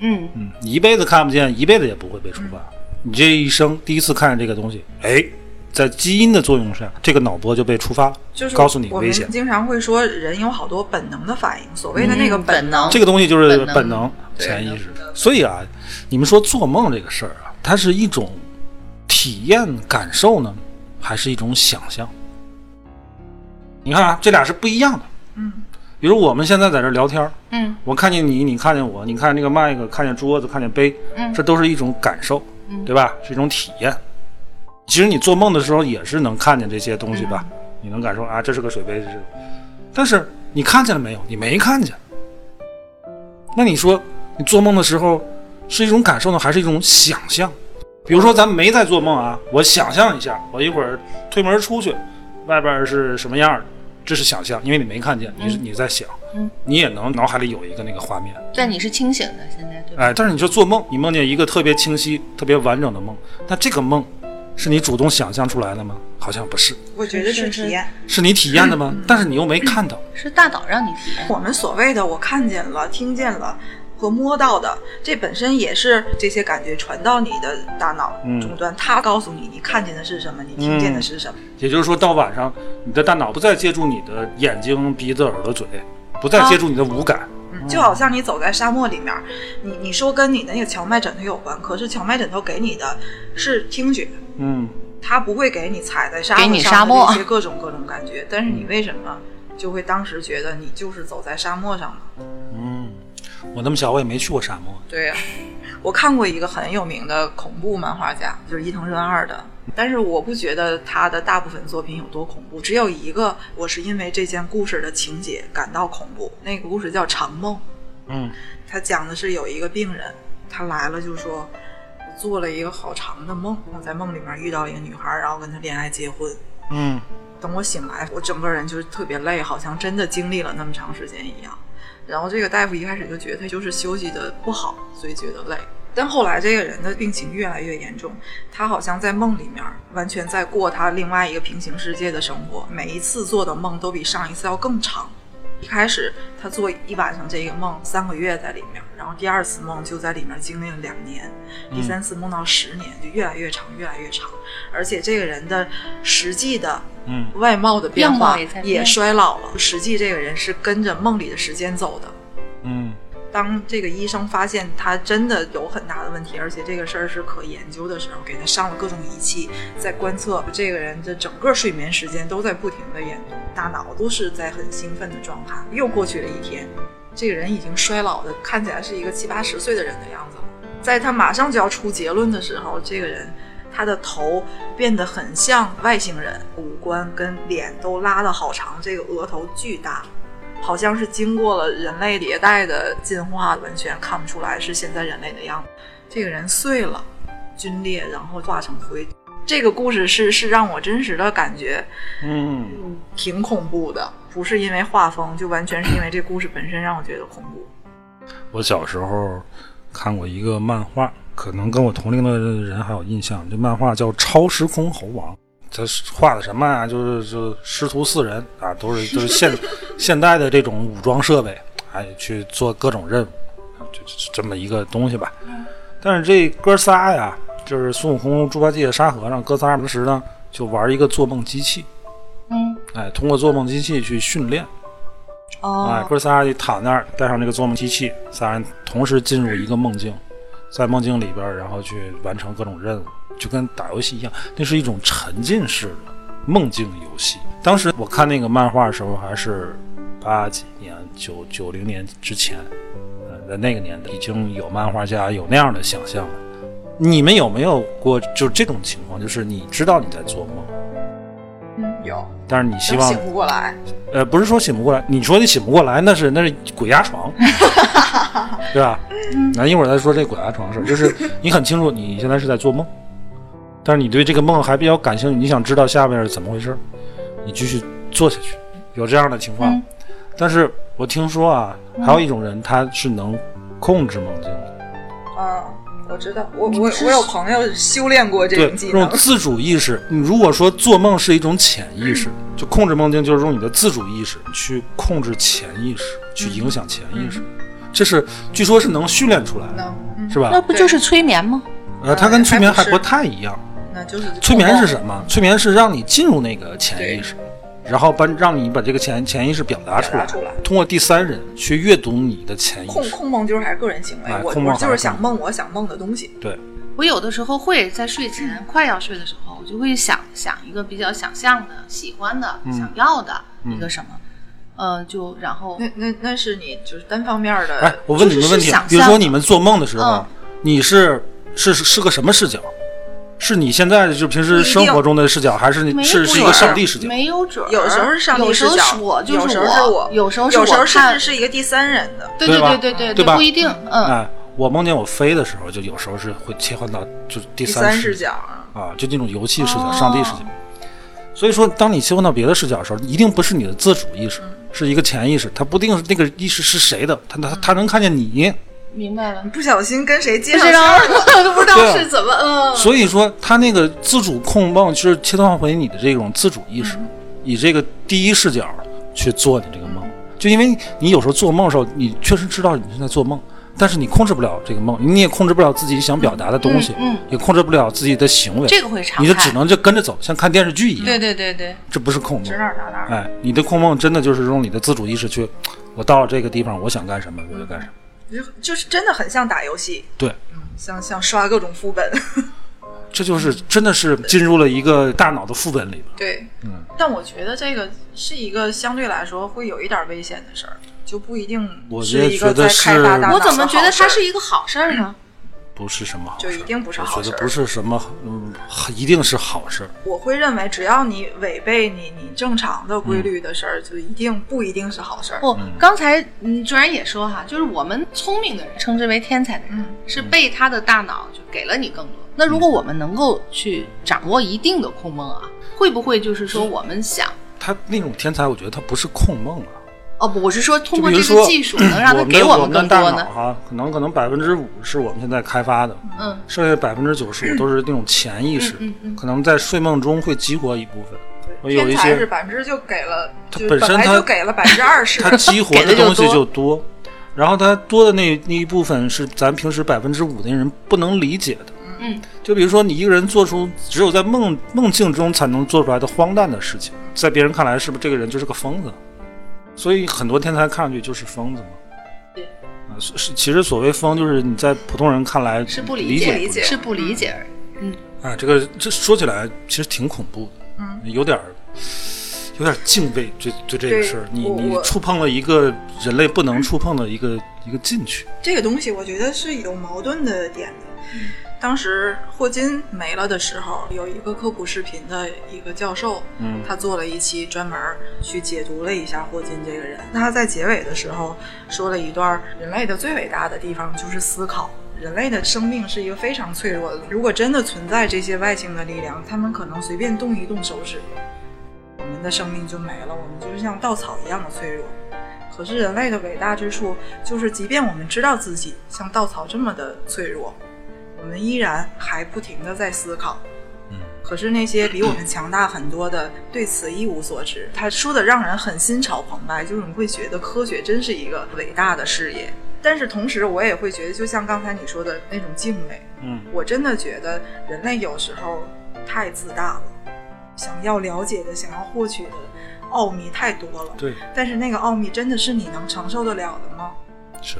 Speaker 2: 嗯，
Speaker 1: 嗯，你一辈子看不见，一辈子也不会被触发。你这一生第一次看见这个东西，哎，在基因的作用上，这个脑波就被触发了，
Speaker 3: 就是
Speaker 1: 告诉你
Speaker 3: 我
Speaker 1: 危
Speaker 3: 们
Speaker 1: 险。嗯
Speaker 3: 经常会说人有好多本能的反应，所谓的那个本能，
Speaker 1: 这个东西就是
Speaker 2: 本能
Speaker 1: 本能、
Speaker 3: 对
Speaker 1: 潜意识。所以啊，你们说做梦这个事儿啊，它是一种体验感受呢，还是一种想象？你看啊，这俩是不一样的。
Speaker 3: 嗯，
Speaker 1: 比如我们现在在这儿聊天儿，
Speaker 2: 嗯
Speaker 1: 我看见你，你看见我，你看那个麦克，看见桌子，看见杯，
Speaker 2: 嗯
Speaker 1: 这都是一种感受，
Speaker 2: 嗯
Speaker 1: 对吧？是一种体验。其实你做梦的时候也是能看见这些东西吧？
Speaker 2: 嗯
Speaker 1: 你能感受啊，这是个水杯，这是个。但是你看见了没有？你没看见。那你说你做梦的时候是一种感受呢，还是一种想象？比如说咱没在做梦啊，我想象一下，我一会儿推门出去，外边是什么样的？这是想象，因为你没看见，你是你在想，
Speaker 2: 嗯
Speaker 1: 你也能脑海里有一个那个画面。
Speaker 2: 但你是清醒的，现在对吧？
Speaker 1: 哎，但是你说做梦，你梦见一个特别清晰、特别完整的梦，那这个梦是你主动想象出来的吗？好像不是，
Speaker 3: 我觉得是
Speaker 2: 是是
Speaker 3: 体验。
Speaker 1: 是你体验的吗？但是你又没看到。
Speaker 2: 是大脑让你体验。
Speaker 3: 我们所谓的我看见了、听见了和摸到的，这本身也是这些感觉传到你的大脑
Speaker 1: 嗯
Speaker 3: 终端，它告诉你你看见的是什么，你听见的是什么。
Speaker 1: 也就是说，到晚上，你的大脑不再借助你的眼睛、鼻子、耳朵、嘴，不再借助你的五感。
Speaker 3: 嗯就好像你走在沙漠里面，你你说跟你的那个荞麦枕头有关，可是荞麦枕头给你的是听觉，
Speaker 1: 嗯，
Speaker 3: 它不会给你踩在沙
Speaker 2: 给
Speaker 3: 漠
Speaker 2: 你
Speaker 3: 上
Speaker 2: 沙
Speaker 3: 的
Speaker 2: 漠
Speaker 3: 那些各种各种感觉。但是你为什么就会当时觉得你就是走在沙漠上呢？
Speaker 1: 嗯，我那么小，我也没去过沙漠。
Speaker 3: 对呀、我看过一个很有名的恐怖漫画家，就是伊藤润二的，但是我不觉得他的大部分作品有多恐怖，只有一个我是因为这件故事的情节感到恐怖。那个故事叫《长梦》，
Speaker 1: 嗯
Speaker 3: 他讲的是有一个病人，他来了就说，我做了一个好长的梦，我在梦里面遇到了一个女孩，然后跟她恋爱结婚。
Speaker 1: 嗯
Speaker 3: 等我醒来，我整个人就是特别累，好像真的经历了那么长时间一样。然后这个大夫一开始就觉得他就是休息的不好，所以觉得累。但后来这个人的病情越来越严重，他好像在梦里面完全在过他另外一个平行世界的生活，每一次做的梦都比上一次要更长。一开始他做一晚上这个梦，三个月在里面，然后第二次梦就在里面经历了两年，第三次梦到十年，就越来越长，越来越长。而且这个人的实际的
Speaker 1: 嗯
Speaker 3: 外貌的变
Speaker 2: 样
Speaker 3: 化
Speaker 2: 貌也在变
Speaker 3: 也衰老了，实际这个人是跟着梦里的时间走的。
Speaker 1: 嗯
Speaker 3: 当这个医生发现他真的有很大的问题，而且这个事儿是可研究的时候，给他上了各种仪器，在观测这个人的整个睡眠时间都在不停的演动，大脑都是在很兴奋的状态。又过去了一天，这个人已经衰老的看起来是一个七八十岁的人的样子了。在他马上就要出结论的时候，这个人他的头变得很像外星人，五官跟脸都拉得好长，这个额头巨大，好像是经过了人类迭代的进化，完全看不出来是现在人类的样子。这个人碎了，皲裂，然后化成灰。这个故事是是让我真实的感觉
Speaker 1: 嗯，
Speaker 3: 挺恐怖的，不是因为画风，就完全是因为这故事本身让我觉得恐怖。
Speaker 1: 我小时候看过一个漫画，可能跟我同龄的人还有印象，这漫画叫《超时空猴王》。他是画的什么啊？就是就师徒四人啊，都是就是现现代的这种武装设备，哎，去做各种任务，啊就就这么一个东西吧。但是这哥仨呀，就是孙悟空、猪八戒、沙和尚，哥仨平时呢就玩一个做梦机器，
Speaker 2: 嗯，
Speaker 1: 哎，通过做梦机器去训练。哎，
Speaker 2: 哦，
Speaker 1: 哥仨就躺那儿，带上这个做梦机器，仨人同时进入一个梦境，在梦境里边儿，然后去完成各种任务，就跟打游戏一样，那是一种沉浸式的梦境游戏。当时我看那个漫画的时候，还是八几年、九九零年之前，呃，在那个年代已经有漫画家有那样的想象了。你们有没有过就这种情况？就是你知道你在做梦，
Speaker 3: 有，
Speaker 1: 但是你希
Speaker 3: 都
Speaker 1: 望
Speaker 3: 醒不过来。
Speaker 1: 呃，不是说醒不过来，你说的醒不过来，那是那是鬼压床，对吧？那一会儿再说这鬼压床事儿，就是你很清楚你现在是在做梦，但是你对这个梦还比较感兴趣，你想知道下面是怎么回事儿，你继续做下去，有这样的情况。
Speaker 2: 嗯
Speaker 1: 但是我听说啊，还有一种人他是能控制梦境的，
Speaker 3: 啊，我知道，我我我有朋友修炼过这
Speaker 1: 对，
Speaker 3: 种技
Speaker 1: 这
Speaker 3: 能
Speaker 1: 种，自主意识。你如果说做梦是一种潜意识，
Speaker 3: 嗯
Speaker 1: 就控制梦境就是用你的自主意识去控制潜意识，去
Speaker 3: 嗯
Speaker 1: 影响潜意识，这是据说是能训练出来的，
Speaker 3: 能， 嗯
Speaker 1: 是吧
Speaker 2: 那？不就是催眠吗？
Speaker 1: 呃，它跟催眠还
Speaker 3: 还
Speaker 1: 不
Speaker 3: 不是哦
Speaker 1: 太一样。
Speaker 3: 那就是
Speaker 1: 催眠是什么？催眠是让你进入那个潜意识，然后把让你把这个潜潜意识表达出
Speaker 3: 表
Speaker 1: 来，
Speaker 3: 达出来
Speaker 1: 通过第三人去阅读你的潜意
Speaker 3: 控
Speaker 1: 识。
Speaker 3: 控梦就是还是个人行为
Speaker 1: 哎，
Speaker 3: 我
Speaker 1: 控梦
Speaker 3: 我
Speaker 1: 还是
Speaker 3: 就是想梦我想梦的东西。
Speaker 1: 对，
Speaker 2: 我有的时候会在睡前、快要睡的时候，我就会想想一个比较想象的、喜欢的、
Speaker 1: 嗯
Speaker 2: 想要的一个什么，呃，就然后
Speaker 3: 那那那是你就是单方面
Speaker 1: 哎
Speaker 3: 的，，
Speaker 1: 我问你们
Speaker 2: 就是
Speaker 1: 个问题
Speaker 2: 想象，
Speaker 1: 比如说你们做梦的时候，
Speaker 2: 嗯
Speaker 1: 你是是是是个什么视角？是你现在就平时生活中的视角，还是
Speaker 2: 没
Speaker 1: 你
Speaker 2: 有
Speaker 1: 是是一
Speaker 2: 准
Speaker 1: 个
Speaker 2: 儿
Speaker 1: 上帝视角？
Speaker 2: 没有准儿，
Speaker 3: 有时候是上帝视
Speaker 2: 有时
Speaker 3: 角
Speaker 2: 候是我，，就
Speaker 3: 有时候
Speaker 2: 是
Speaker 3: 我，
Speaker 2: 有时候是
Speaker 3: 有时候
Speaker 2: 我
Speaker 3: 甚
Speaker 2: 看
Speaker 3: 至，是一个第三人的。
Speaker 2: 对
Speaker 1: 对吧
Speaker 2: 对对对
Speaker 1: 对吧
Speaker 2: 不一定，嗯，
Speaker 1: 哎，我梦见我飞的时候，就有时候是会切换到就是第
Speaker 3: 第三
Speaker 1: 视
Speaker 3: 视角啊，
Speaker 1: 啊，就那种游戏视角、
Speaker 2: 哦
Speaker 1: 上帝视角。所以说，当你切换到别的视角的时候，一定不是你的自主意识，
Speaker 2: 嗯
Speaker 1: 是一个潜意识，它不定是那个意识是谁的，它它它能看见你，
Speaker 2: 明白 了
Speaker 3: 你。不小心跟谁接
Speaker 2: 不
Speaker 3: 上
Speaker 2: 知
Speaker 3: 线
Speaker 2: 道
Speaker 3: 儿了，，
Speaker 2: 不知
Speaker 1: 对啊
Speaker 2: 道是怎么，嗯，
Speaker 1: 所以说它那个自主控梦就是切换回你的这种自主意识，
Speaker 3: 嗯
Speaker 1: 以这个第一视角去做你这个梦。就因为你有时候做梦的时候，你确实知道你是在做梦，但是你控制不了这个梦，你也控制不了自己想表达的东西，
Speaker 2: 嗯嗯
Speaker 1: 也控制不了自己的行为，
Speaker 2: 这个会常
Speaker 1: 你就
Speaker 2: 态
Speaker 1: 只能就跟着走，像看电视剧一样。
Speaker 2: 对对对对，
Speaker 1: 这不是控梦
Speaker 3: 指，哪儿打哪儿。
Speaker 1: 哎，你的控梦真的就是用你的自主意识去，我到了这个地方，我想干什么我就干什么。
Speaker 3: 就就是真的很像打游戏，嗯
Speaker 1: 对，
Speaker 3: 像像刷各种副 本。
Speaker 1: 这就是真的是进入了一个大脑的副本里边。
Speaker 3: 对，嗯。但我觉得这个是一个相对来说会有一点危险的事儿，就不一定
Speaker 1: 我
Speaker 3: 是一
Speaker 1: 觉
Speaker 3: 个
Speaker 1: 得
Speaker 3: 在开发
Speaker 1: 是
Speaker 3: 大脑
Speaker 2: 我
Speaker 3: 的
Speaker 2: 怎么觉得
Speaker 3: 啊好事
Speaker 2: 它
Speaker 3: 儿
Speaker 2: 是一个好事儿呢？
Speaker 1: 不是什么好事，
Speaker 3: 就一定不是
Speaker 1: 我
Speaker 3: 好
Speaker 1: 觉
Speaker 3: 事
Speaker 1: 得
Speaker 3: 儿
Speaker 1: 不是什么，嗯，一定是好事。
Speaker 3: 我会认为，只要你违背你你正常的规律的事儿，就一定不一定是好事儿。
Speaker 2: 不，哦刚才嗯，居然也说哈，就是我们聪明的人称之为天才的人，
Speaker 3: 嗯
Speaker 2: 是被他的大脑就给了你更多。那如果我们能够去掌握一定的控梦啊，会不会就是
Speaker 1: 嗯
Speaker 2: 说我们想
Speaker 1: 他那种天才，我觉得他不是控梦啊，
Speaker 2: 哦不，我是说通
Speaker 1: 就
Speaker 2: 过
Speaker 1: 比
Speaker 2: 这
Speaker 1: 如
Speaker 2: 个
Speaker 1: 说
Speaker 2: 技术能让他
Speaker 1: 我
Speaker 2: 给
Speaker 1: 们的
Speaker 2: 们
Speaker 1: 的
Speaker 2: 更
Speaker 1: 大
Speaker 2: 多
Speaker 1: 脑
Speaker 2: 呢？
Speaker 1: 哈、可能可能百分之五是我们现在开发的，
Speaker 2: 嗯，
Speaker 1: 剩下百分之九十五都是那种潜意识，
Speaker 2: 嗯嗯
Speaker 1: 可能在睡梦中会激活一部分。我有一
Speaker 3: 天才是
Speaker 1: 些，
Speaker 3: 百分之就给了，
Speaker 1: 它
Speaker 3: 就
Speaker 1: 本身
Speaker 3: 本来
Speaker 1: 它
Speaker 3: 就给了百分之二十。
Speaker 1: 它激活
Speaker 2: 给的就
Speaker 1: 东西
Speaker 2: 多
Speaker 1: 就多，然后它多的那那一部分是咱平时百分之五的人不能理解的。
Speaker 2: 嗯，
Speaker 1: 就比如说你一个人做出只有在梦梦境中才能做出来的荒诞的事情，在别人看来是不是这个人就是个疯子？所以很多天才看上去就是疯子嘛。
Speaker 2: 对。
Speaker 1: 啊，啊是是，其实所谓疯，就是你在普通人看来
Speaker 2: 是不
Speaker 1: 理
Speaker 2: 解，
Speaker 1: 不
Speaker 3: 理解
Speaker 2: 是不理解而已。
Speaker 1: 啊，这个这说起来其实挺恐怖的，嗯，有点儿有点儿敬畏对对这个
Speaker 3: 对
Speaker 1: 事儿，你
Speaker 3: 我
Speaker 1: 你
Speaker 3: 我
Speaker 1: 触碰了一个人类不能触碰的一个一个禁区，
Speaker 3: 这个东西我觉得是有矛盾的点的。当时霍金没了的时候，有一个科普视频的一个教授，
Speaker 1: 嗯
Speaker 3: 他做了一期专门去解读了一下霍金这个人。他在结尾的时候说了一段：人类的最伟大的地方就是思考。人类的生命是一个非常脆弱的，如果真的存在这些外星的力量，他们可能随便动一动手指，我们的生命就没了，我们就是像稻草一样的脆弱。可是人类的伟大之处，就是即便我们知道自己像稻草这么的脆弱，我们依然还不停的在思考。
Speaker 1: 嗯
Speaker 3: 可是那些比我们强大很多的，对此一无所知。他说的让人很心潮澎湃，就是你会觉得科学真是一个伟大的事业。但是同时，我也会觉得，就像刚才你说的那种敬畏，
Speaker 1: 嗯，
Speaker 3: 我真的觉得人类有时候太自大了，想要了解的、想要获取的奥秘太多了。
Speaker 1: 对，
Speaker 3: 但是那个奥秘真的是你能承受得了的吗？
Speaker 1: 是，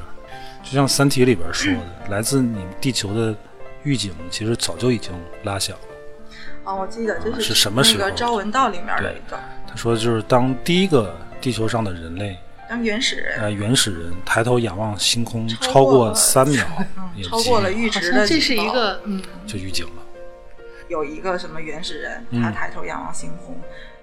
Speaker 1: 就像《三体》里边说的，来自你地球的预警其实早就已经拉响了。
Speaker 3: 啊，我记得这
Speaker 1: 啊是什么时候
Speaker 3: 那个《朝闻道》里面的一段，
Speaker 1: 他说，就是当第一个地球上的人类，
Speaker 3: 当原始人
Speaker 1: 呃，原始人抬头仰望星空
Speaker 3: 超
Speaker 1: 超
Speaker 3: 过
Speaker 1: 过
Speaker 3: 了
Speaker 1: 三秒，也
Speaker 3: 超
Speaker 1: 即
Speaker 3: 过了阈
Speaker 2: 好
Speaker 3: 值
Speaker 2: 像
Speaker 3: 的，
Speaker 2: 这是一个嗯，
Speaker 1: 就预警了。
Speaker 3: 有一个什么原始人，
Speaker 1: 嗯
Speaker 3: 他抬头仰望星空，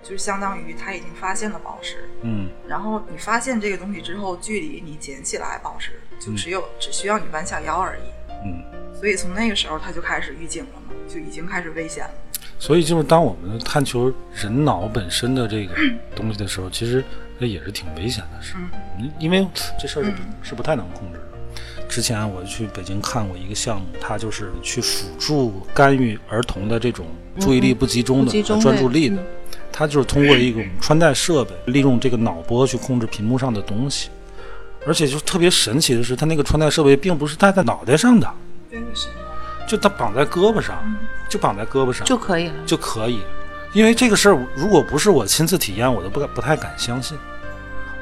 Speaker 3: 就是相当于他已经发现了宝石。
Speaker 1: 嗯，
Speaker 3: 然后你发现这个东西之后，距离你捡起来宝石就只有、只需要你弯下腰而已。
Speaker 1: 嗯，
Speaker 3: 所以从那个时候他就开始预警了嘛，就已经开始危险了。
Speaker 1: 所以就是当我们探求人脑本身的这个东西的时候，其实这也是挺危险的事，嗯因为这事儿是不
Speaker 2: 嗯
Speaker 1: 是不太能控制的。之前啊我去北京看过一个项目，它就是去辅助干预儿童的这种注意力不集中
Speaker 2: 嗯不
Speaker 1: 的、呃
Speaker 2: 集中嗯
Speaker 1: 专注
Speaker 2: 对
Speaker 1: 力的，它就是通过一种穿戴设备，利用这个脑波去控制屏幕上的东西。而且就特别神奇的是，它那个穿戴设备并不是戴在脑袋上的，
Speaker 3: 对，是
Speaker 1: 就它绑在胳膊上，就绑在胳膊上，
Speaker 2: 嗯就可以了。
Speaker 1: 就可以。因为这个事儿，如果不是我亲自体验，我都不敢不太敢相信。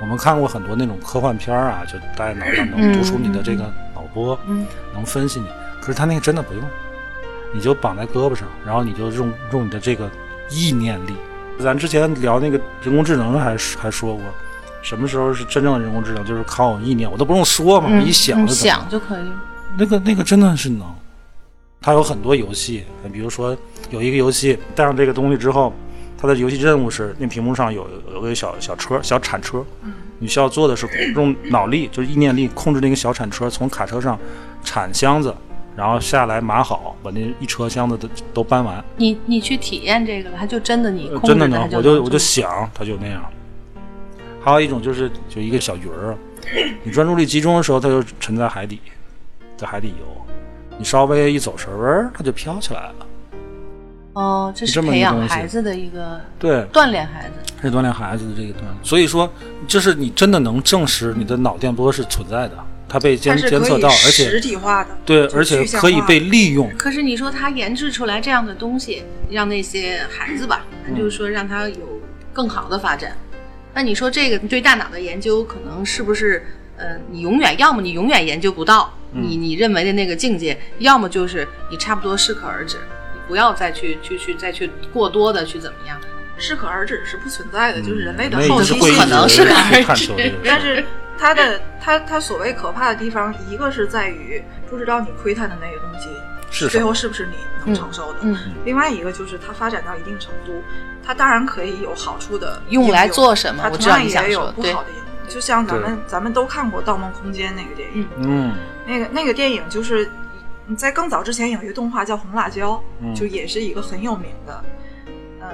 Speaker 1: 我们看过很多那种科幻片儿啊，就大家脑上能读出你的这个脑波，
Speaker 2: 嗯
Speaker 1: 能分析你。可是他那个真的不用，你就绑在胳膊上，然后你就用用你的这个意念力。咱之前聊那个人工智能还说还说过，什么时候是真正的人工智能？就是靠我意念，我都不用说嘛，我一哦想
Speaker 2: 嗯
Speaker 1: 就怎么样
Speaker 2: 想就可以了。
Speaker 1: 那个那个真的是能。它有很多游戏，比如说有一个游戏带上这个东西之后，它的游戏任务是那屏幕上有有个小小车、小铲车，你需要做的是用脑力，就是意念力控制那个小铲车从卡车上铲箱子，然后下来码好，把那一车箱子都都搬完。
Speaker 2: 你你去体验这个了，它就真的你
Speaker 1: 呃
Speaker 2: 控
Speaker 1: 真
Speaker 2: 制
Speaker 1: 的
Speaker 2: 它
Speaker 1: 能，
Speaker 2: 就
Speaker 1: 我就我
Speaker 2: 做
Speaker 1: 就想，它就那样。还有一种就是就一个小鱼儿，你专注力集中的时候，它就沉在海底，在海底游。你稍微一走神儿，它就飘起来了。
Speaker 2: 哦，这是
Speaker 1: 这么一
Speaker 2: 培
Speaker 1: 个
Speaker 2: 养
Speaker 1: 东西
Speaker 2: 孩子的一个
Speaker 1: 对，
Speaker 2: 锻炼孩子。
Speaker 1: 是锻炼孩子的这个锻炼。所以说，就是你真的能证实你的脑电波是存在的，它被监
Speaker 3: 它是
Speaker 1: 监
Speaker 3: 可
Speaker 1: 测
Speaker 3: 以
Speaker 1: 到，而
Speaker 3: 实
Speaker 1: 且
Speaker 3: 体化的，
Speaker 1: 对，
Speaker 3: 就
Speaker 1: 而且
Speaker 3: 具象
Speaker 1: 可以
Speaker 3: 化
Speaker 1: 被利用。
Speaker 2: 可是你说他研制出来这样的东西，让那些孩子吧，
Speaker 1: 嗯
Speaker 2: 咱就是说让他有更好的发展。那你说这个对大脑的研究，可能是不是？呃，你永远要么你永远研究不到
Speaker 1: 嗯
Speaker 2: 你你认为的那个境界，要么就是你差不多适可而止，你不要再去去去再去过多的去怎么样。
Speaker 3: 适可而止是不存在的，就是人类的
Speaker 1: 嗯那
Speaker 3: 好
Speaker 1: 也是
Speaker 3: 奇心
Speaker 1: 会一
Speaker 2: 可能
Speaker 1: 直
Speaker 2: 是
Speaker 1: 去
Speaker 2: 吧
Speaker 1: 探求这个事儿，
Speaker 3: 但是它的它它所谓可怕的地方，一个是在于不知道你窥探的那个东西
Speaker 1: 是什
Speaker 3: 最
Speaker 1: 么
Speaker 3: 后是不是你能承受的，
Speaker 2: 嗯，
Speaker 3: 另外一个就是它发展到一定程度，它当然可以有好处的应
Speaker 2: 用来做什么
Speaker 3: 它
Speaker 2: 我
Speaker 3: 同
Speaker 2: 知道
Speaker 3: 样
Speaker 2: 你想
Speaker 3: 也有
Speaker 2: 说
Speaker 3: 不
Speaker 2: 对
Speaker 3: 好的应用。就像咱们咱们都看过《盗梦空间》那个电影，
Speaker 1: 嗯
Speaker 3: 那个那个电影就是你在更早之前有一个动画叫《红辣椒》，
Speaker 1: 嗯
Speaker 3: 就也是一个很有名的。呃，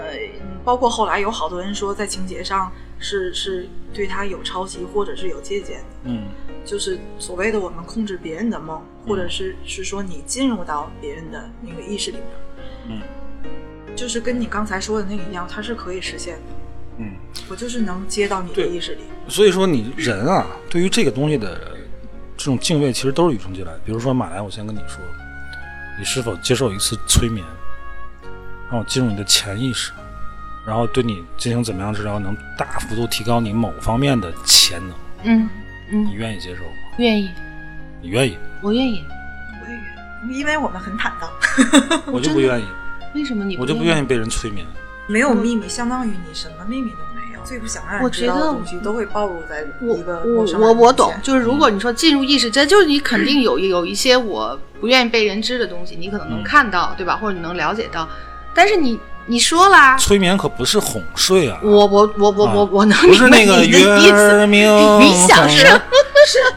Speaker 3: 嗯包括后来有好多人说，在情节上是是对它有抄袭或者是有借鉴的，
Speaker 1: 嗯
Speaker 3: 就是所谓的我们控制别人的梦，或者是是说你进入到别人的那个意识里面。
Speaker 1: 嗯
Speaker 3: 就是跟你刚才说的那个一样，它是可以实现的。
Speaker 1: 嗯。
Speaker 3: 我就是能接到你的
Speaker 1: 对
Speaker 3: 意识里，
Speaker 1: 所以说，你人啊，对于这个东西的这种敬畏，其实都是与生俱来的。比如说，马来，我先跟你说，你是否接受一次催眠，让我进入你的潜意识，然后对你进行怎么样治疗，能大幅度提高你某方面的潜能？
Speaker 2: 嗯，
Speaker 1: 你愿意接受吗？
Speaker 2: 愿意。
Speaker 1: 你愿意，
Speaker 2: 我愿意。
Speaker 3: 我也愿意因为我们很坦荡，
Speaker 1: 我就不愿意，
Speaker 2: 为什么你
Speaker 1: 我就不
Speaker 2: 愿
Speaker 1: 愿意被人催眠。
Speaker 3: 没有秘密，相当于你什么秘密都没有。最不想让
Speaker 2: 嗯我
Speaker 3: 人
Speaker 2: 觉
Speaker 3: 知道
Speaker 2: 得
Speaker 3: 的东西都会暴露在
Speaker 2: 我
Speaker 3: 一个
Speaker 2: 我
Speaker 3: 陌生
Speaker 2: 我
Speaker 3: 人
Speaker 2: 我
Speaker 3: 面
Speaker 2: 懂
Speaker 3: 前，
Speaker 2: 就是如果你说进入意识间，就是你肯定有一有一些我不愿意被人知的东西，你可能能
Speaker 1: 嗯
Speaker 2: 看到，对吧？或者你能了解到，但是你你说啦，
Speaker 1: 催眠可不是哄睡啊，
Speaker 2: 我我我我我
Speaker 1: 啊
Speaker 2: 我能
Speaker 1: 不是
Speaker 2: 明白
Speaker 1: 那个嗯
Speaker 2: 你的意思，
Speaker 1: 月明
Speaker 2: 你想是
Speaker 1: 红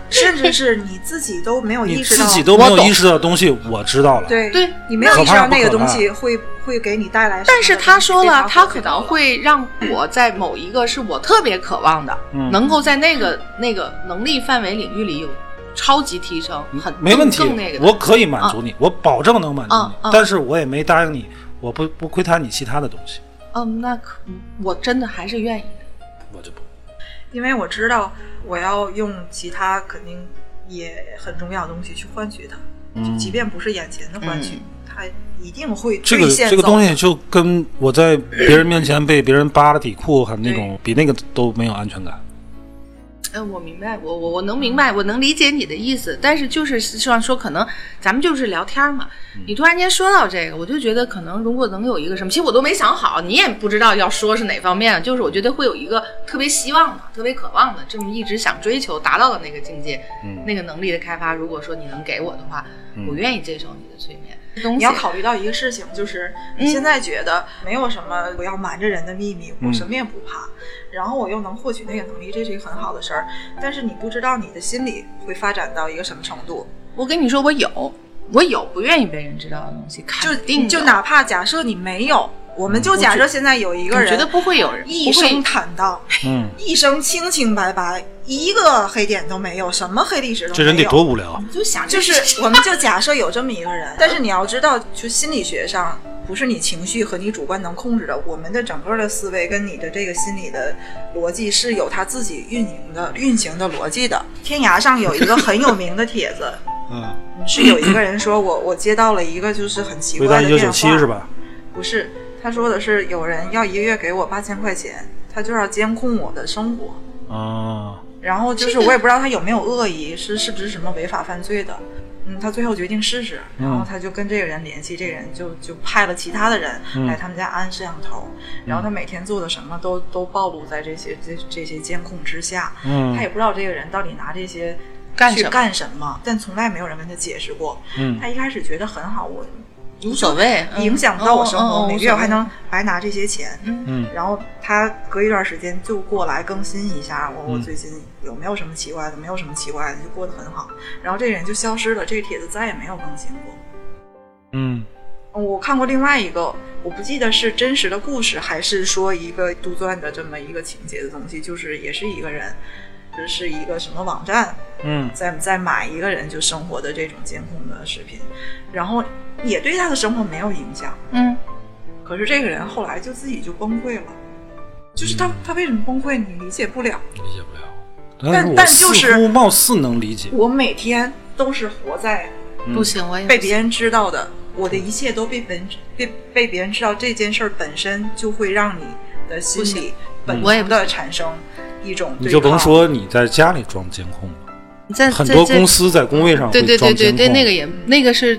Speaker 3: 甚至是你自己都没有
Speaker 1: 你
Speaker 3: 意识
Speaker 1: 自
Speaker 3: 到，
Speaker 1: 己都没
Speaker 2: 我
Speaker 1: 有
Speaker 2: 懂
Speaker 1: 意识到的东西，我知道了。，
Speaker 3: 对
Speaker 2: 对
Speaker 3: 你没有意识
Speaker 1: 可怕
Speaker 3: 到
Speaker 1: 不
Speaker 3: 那个
Speaker 1: 可
Speaker 3: 东
Speaker 1: 怕
Speaker 3: 西会会给你带来什么的东西。
Speaker 2: 但是他说
Speaker 3: 被
Speaker 2: 了，他
Speaker 3: 发
Speaker 2: 可
Speaker 3: 现到
Speaker 2: 能
Speaker 3: 了
Speaker 2: 会让我在某一个是我特别渴望的，
Speaker 1: 嗯
Speaker 2: 能够在那个那个能力范围领域里有超级提升，很
Speaker 1: 嗯没问题
Speaker 2: 更更那个，的
Speaker 1: 我可以满足你，我保证能满足
Speaker 2: 啊啊
Speaker 1: 你，但是我也没答应你，我不不窥探你其他的东西，
Speaker 2: 嗯，那可我真的还是愿意的。
Speaker 1: 我就不。
Speaker 3: 因为我知道我要用其他肯定也很重要的东西去换取它，就
Speaker 1: 嗯
Speaker 3: 即便不是眼前的换取，
Speaker 2: 嗯
Speaker 3: 它一定会
Speaker 1: 这个
Speaker 3: 兑现
Speaker 1: 这个
Speaker 3: 走
Speaker 1: 东西就跟我在别人面前被别人扒了底裤，还那种比那个都没有安全感。
Speaker 2: 嗯，我明白，我我我能明白，我能理解你的意思，但是就是像说，可能咱们就是聊天嘛。你突然间说到这个，我就觉得可能如果能有一个什么，其实我都没想好，你也不知道要说是哪方面，就是我觉得会有一个特别希望的、特别渴望的，这么一直想追求达到的那个境界，
Speaker 1: 嗯
Speaker 2: 那个能力的开发，如果说你能给我的话，我愿意接受你的催眠。这东西
Speaker 3: 你要考虑到一个事情，就是
Speaker 2: 嗯
Speaker 3: 你现在觉得没有什么我要瞒着人的秘密，
Speaker 1: 嗯
Speaker 3: 我什么也不怕，然后我又能获取那个能力，这是一个很好的事儿。但是你不知道你的心理会发展到一个什么程度，
Speaker 2: 我跟你说，我有，我有不愿意被人知道的东嗯西，
Speaker 3: 就
Speaker 2: 肯定
Speaker 3: 就
Speaker 2: 有
Speaker 3: 哪怕假设你没有，我们就假设现在有一
Speaker 2: 你
Speaker 3: 个人，
Speaker 2: 觉得不会有人
Speaker 3: 一
Speaker 2: 不会
Speaker 3: 生坦荡，
Speaker 1: 嗯，
Speaker 3: 一生清清白白，一个黑点都没有，什么黑历史都没有。
Speaker 1: 这人得多无聊。啊
Speaker 2: 就想
Speaker 3: 就
Speaker 2: 这事
Speaker 3: 是，我们就假设有这么一 个人，但是你要知道，就心理学上不是你情绪和你主观能控制的，我们的整个的思维跟你的这个心理的逻辑是有它自己运营的运行的逻辑的。天涯上有一个很有名的帖子，
Speaker 1: 嗯，
Speaker 3: 是有一个人说我我接到了一个就是很奇
Speaker 1: 回到
Speaker 3: 怪的
Speaker 1: 一
Speaker 3: 电
Speaker 1: 九
Speaker 3: 话，
Speaker 1: 九七是吧？
Speaker 3: 不是，他说的是有人要一个月给我八千块钱，他就要监控我的生活。
Speaker 1: 啊，
Speaker 3: 然后就是我也不知道他有没有恶意，是是不是什么违法犯罪的。嗯，他最后决定试试，
Speaker 1: 嗯
Speaker 3: 然后他就跟这个人联系，这个人就就派了其他的人
Speaker 1: 嗯
Speaker 3: 来他们家安摄像头，
Speaker 2: 嗯
Speaker 3: 然后他每天做的什么都都暴露在这些这这些监控之下，
Speaker 1: 嗯
Speaker 3: 他也不知道这个人到底拿这些
Speaker 2: 干
Speaker 3: 去
Speaker 2: 什么
Speaker 3: 干什么，但从来没有人跟他解释过。
Speaker 1: 嗯
Speaker 3: 他一开始觉得很好，我
Speaker 2: 无所谓，嗯
Speaker 3: 影响不到我生
Speaker 2: 哦哦
Speaker 3: 活，
Speaker 2: 哦
Speaker 3: 每
Speaker 2: 无
Speaker 3: 个月
Speaker 2: 所
Speaker 3: 我还
Speaker 2: 谓
Speaker 3: 能白拿这些钱，
Speaker 1: 嗯
Speaker 3: 然后他隔一段时间就过来更新一下我，我
Speaker 1: 嗯
Speaker 3: 最近有没有什么奇怪的？没有什么奇怪的，就过得很好。然后这个人就消失了，这个帖子再也没有更新过。
Speaker 1: 嗯
Speaker 3: 我看过另外一个，我不记得是真实的故事，还是说一个杜撰的这么一个情节的东西，就是也是一个人，就是一个什么网站，
Speaker 1: 嗯
Speaker 3: 再再买一个人就生活的这种监控的视频，然后也对他的生活没有影响。
Speaker 2: 嗯，
Speaker 3: 可是这个人后来就自己就崩溃了，就是
Speaker 1: 嗯
Speaker 3: 他他为什么崩溃，你理解不了。
Speaker 1: 理解不了。
Speaker 3: 但
Speaker 1: 是我
Speaker 3: 但就
Speaker 1: 似
Speaker 3: 是
Speaker 1: 乎貌似能理解。
Speaker 3: 我每天都是活在
Speaker 1: 嗯
Speaker 2: 不行，我也
Speaker 3: 被别人知道的，我的一切都被本被被别人知道，这件事儿本身就会让你的心
Speaker 2: 不嗯
Speaker 3: 理本
Speaker 2: 我也
Speaker 3: 能
Speaker 2: 不
Speaker 3: 的产生一种
Speaker 1: 你
Speaker 2: 啊
Speaker 3: 对
Speaker 1: 就甭
Speaker 3: 抗
Speaker 1: 说你在家里装监控了，
Speaker 2: 在
Speaker 1: 很多公，司在工位上
Speaker 2: 对
Speaker 1: 会
Speaker 2: 对对
Speaker 1: 装监
Speaker 2: 对
Speaker 1: 控。
Speaker 2: 对，那个也那个是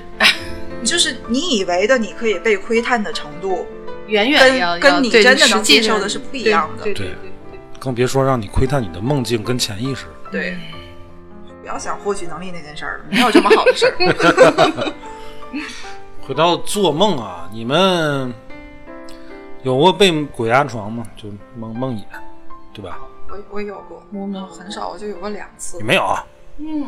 Speaker 3: 就是你以为的你可以被窥探的程度，
Speaker 2: 远远
Speaker 3: 跟
Speaker 2: 要
Speaker 3: 跟你
Speaker 2: 要对
Speaker 3: 真的
Speaker 2: 实
Speaker 3: 能
Speaker 2: 际
Speaker 3: 接受
Speaker 2: 上
Speaker 3: 的是不一样的
Speaker 2: 对对
Speaker 1: 对
Speaker 2: 对对
Speaker 1: 更别说让你窥探你的梦境跟潜意识。
Speaker 3: 对，
Speaker 2: 嗯
Speaker 3: 不要想获取能力那件事儿了，没有这么好的事 儿。
Speaker 1: 回到做梦啊，你们有过被鬼压床吗？就梦梦魇，对吧？
Speaker 3: 我我有过，我很少，我就有过两次
Speaker 1: 你。没有啊？
Speaker 2: 嗯，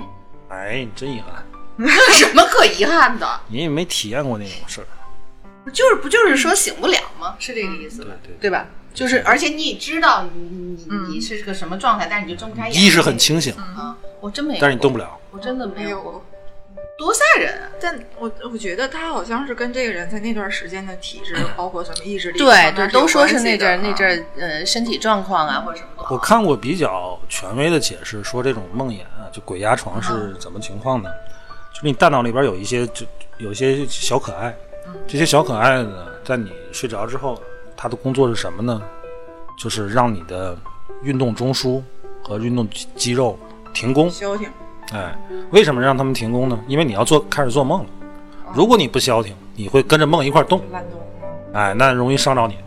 Speaker 1: 哎，你真遗憾，
Speaker 2: 有什么可遗憾的？
Speaker 1: 你也没体验过那种事儿。
Speaker 2: 就是不就是说醒不了吗？嗯是这个意思吧？
Speaker 1: 对对
Speaker 2: 对吧？就是而且你也知道你你
Speaker 3: 嗯
Speaker 2: 你是个什么状态，但是你就睁不开眼，
Speaker 1: 意识很清醒，
Speaker 2: 啊。我真没有，
Speaker 1: 但是你动不，了。
Speaker 2: 我真的没
Speaker 3: 没有
Speaker 2: 有，
Speaker 3: 过，
Speaker 2: 多吓人啊！
Speaker 3: 但我我觉得他好像是跟这个人在那段时间的体质，包括什么意志力，
Speaker 2: 嗯对对，都说
Speaker 3: 是
Speaker 2: 是那阵儿
Speaker 3: 有关系的啊
Speaker 2: 那阵儿，呃，身体状况啊或者什么不好
Speaker 1: 我看过比较权威的解释，说这种梦魇啊，就鬼压床
Speaker 3: 嗯
Speaker 1: 是怎么情况呢？就是你大脑里边有一些就有一些小可爱，这些小可爱呢，在你睡着之后，它的工作是什么呢？就是让你的运动中枢和运动肌肌肉停工，
Speaker 3: 消停，
Speaker 1: 哎，为什么让他们停工呢？因为你要做开始做梦了，
Speaker 3: 哦
Speaker 1: 如果你不消停，你会跟着梦一块儿动，
Speaker 3: 烂动。
Speaker 1: 哎，那容易伤着你。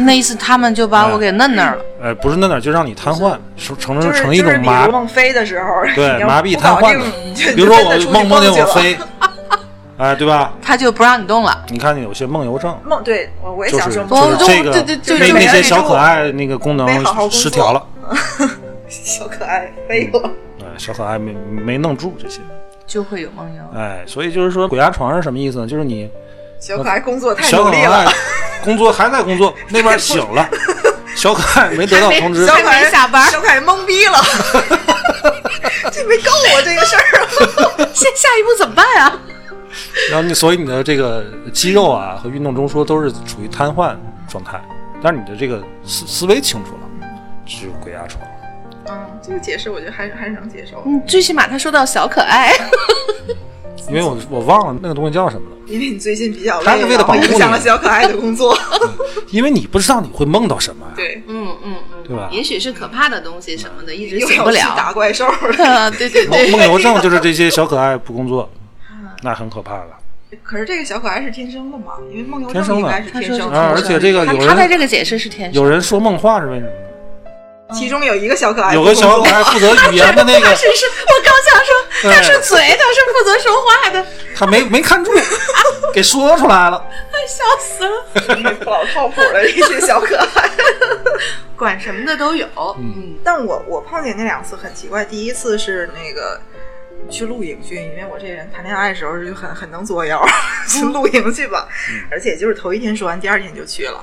Speaker 2: 那一次他们就
Speaker 1: 哎
Speaker 2: 把我给摁那儿了，
Speaker 1: 呃，不是那哪儿就让你瘫痪，成成
Speaker 3: 就
Speaker 1: 嗯
Speaker 3: 是
Speaker 1: 成一
Speaker 3: 就是
Speaker 1: 种
Speaker 3: 你
Speaker 1: 麻
Speaker 3: 如梦飞的时候，
Speaker 1: 对
Speaker 3: 你要
Speaker 1: 麻痹
Speaker 3: 不
Speaker 1: 瘫
Speaker 3: 搞
Speaker 1: 痪
Speaker 3: 定
Speaker 1: 了
Speaker 3: 你 就
Speaker 1: 比如说我
Speaker 3: 就真的出去
Speaker 1: 梦梦见我
Speaker 3: 去了
Speaker 1: 飞，哎，对吧？
Speaker 2: 他就不让你动了。
Speaker 1: 你看有些梦游症，
Speaker 3: 梦，对我我也
Speaker 1: 就是
Speaker 3: 想说
Speaker 1: 就
Speaker 3: 梦
Speaker 1: 是
Speaker 2: 我就
Speaker 1: 这个
Speaker 2: 对对就
Speaker 1: 那那
Speaker 2: 就没
Speaker 1: 些
Speaker 2: 忍
Speaker 1: 小
Speaker 3: 住
Speaker 1: 可爱那个功能
Speaker 3: 没好好工作
Speaker 1: 失调了，
Speaker 3: 小可爱飞了。
Speaker 1: 哎，小可爱没没弄住这些，
Speaker 2: 就会有梦游。
Speaker 1: 哎，所以就是说鬼压床是什么意思呢？就是你
Speaker 3: 小可爱工作太
Speaker 1: 小
Speaker 3: 努
Speaker 1: 可
Speaker 3: 力了
Speaker 1: 爱，工作还在工 作，那边醒了，小可爱没得到通知
Speaker 2: 小，
Speaker 3: 小可爱
Speaker 2: 还没下班
Speaker 3: 小可爱懵逼了， 这没够我这个事儿啊。
Speaker 2: 下下一步怎么办啊呀、
Speaker 1: 然后你所以你的这个肌肉啊和运动中枢都是处于瘫痪状态，但是你的这个思思维清楚了，这就是鬼压床。
Speaker 3: 嗯，这个解释我觉得还是还是能接受的，
Speaker 2: 嗯，最起码他说到小可爱，
Speaker 1: 因为我我忘了那个东西叫什么了，
Speaker 3: 因为你最近比较累，
Speaker 1: 他是为了
Speaker 3: 然后
Speaker 1: 保护
Speaker 3: 影响
Speaker 1: 你
Speaker 3: 了小可爱的 工作。
Speaker 1: 因为你不知道你会梦到什么呀。
Speaker 3: 对，
Speaker 2: 嗯嗯嗯，
Speaker 1: 对吧
Speaker 2: 也许是可怕的东西什么的，一直
Speaker 3: 又
Speaker 2: 醒
Speaker 3: 要
Speaker 2: 不
Speaker 3: 去
Speaker 2: 了
Speaker 3: 打。怪兽了。
Speaker 2: 啊， 对对
Speaker 1: 梦
Speaker 2: 对，
Speaker 1: 梦游 症就是这些小可爱不工作，那很可怕了。
Speaker 3: 可是这个小可爱是天生的嘛？因为梦游
Speaker 1: 天生
Speaker 3: 症
Speaker 1: 的
Speaker 3: 应该是天生
Speaker 2: 他说
Speaker 3: 出
Speaker 1: 啊，而
Speaker 3: 生
Speaker 1: 且
Speaker 3: 的。
Speaker 1: 这个
Speaker 2: 他
Speaker 1: 有
Speaker 2: 他在
Speaker 1: 人
Speaker 2: 这个解释是天生
Speaker 1: 有人说梦话是为什么呢？
Speaker 3: 其中有一个小可
Speaker 2: 哎
Speaker 3: 爱，
Speaker 1: 有个小可爱负责语言的那个，
Speaker 2: 是是，我刚想说
Speaker 1: 对
Speaker 2: 他是嘴，他是负责说话的，
Speaker 1: 他没没看住， 给说出来了。
Speaker 2: 笑死了。
Speaker 3: 不老靠谱的这些小可爱。
Speaker 2: 管什么的都有，
Speaker 1: 嗯
Speaker 2: 嗯，
Speaker 3: 但我我碰见那两次很奇怪，第一次是那个去露营去，因为我这人谈恋爱的时候就很很能作妖，去露营去吧，
Speaker 1: 嗯
Speaker 3: 而且就是头一天说完，第二天就去了。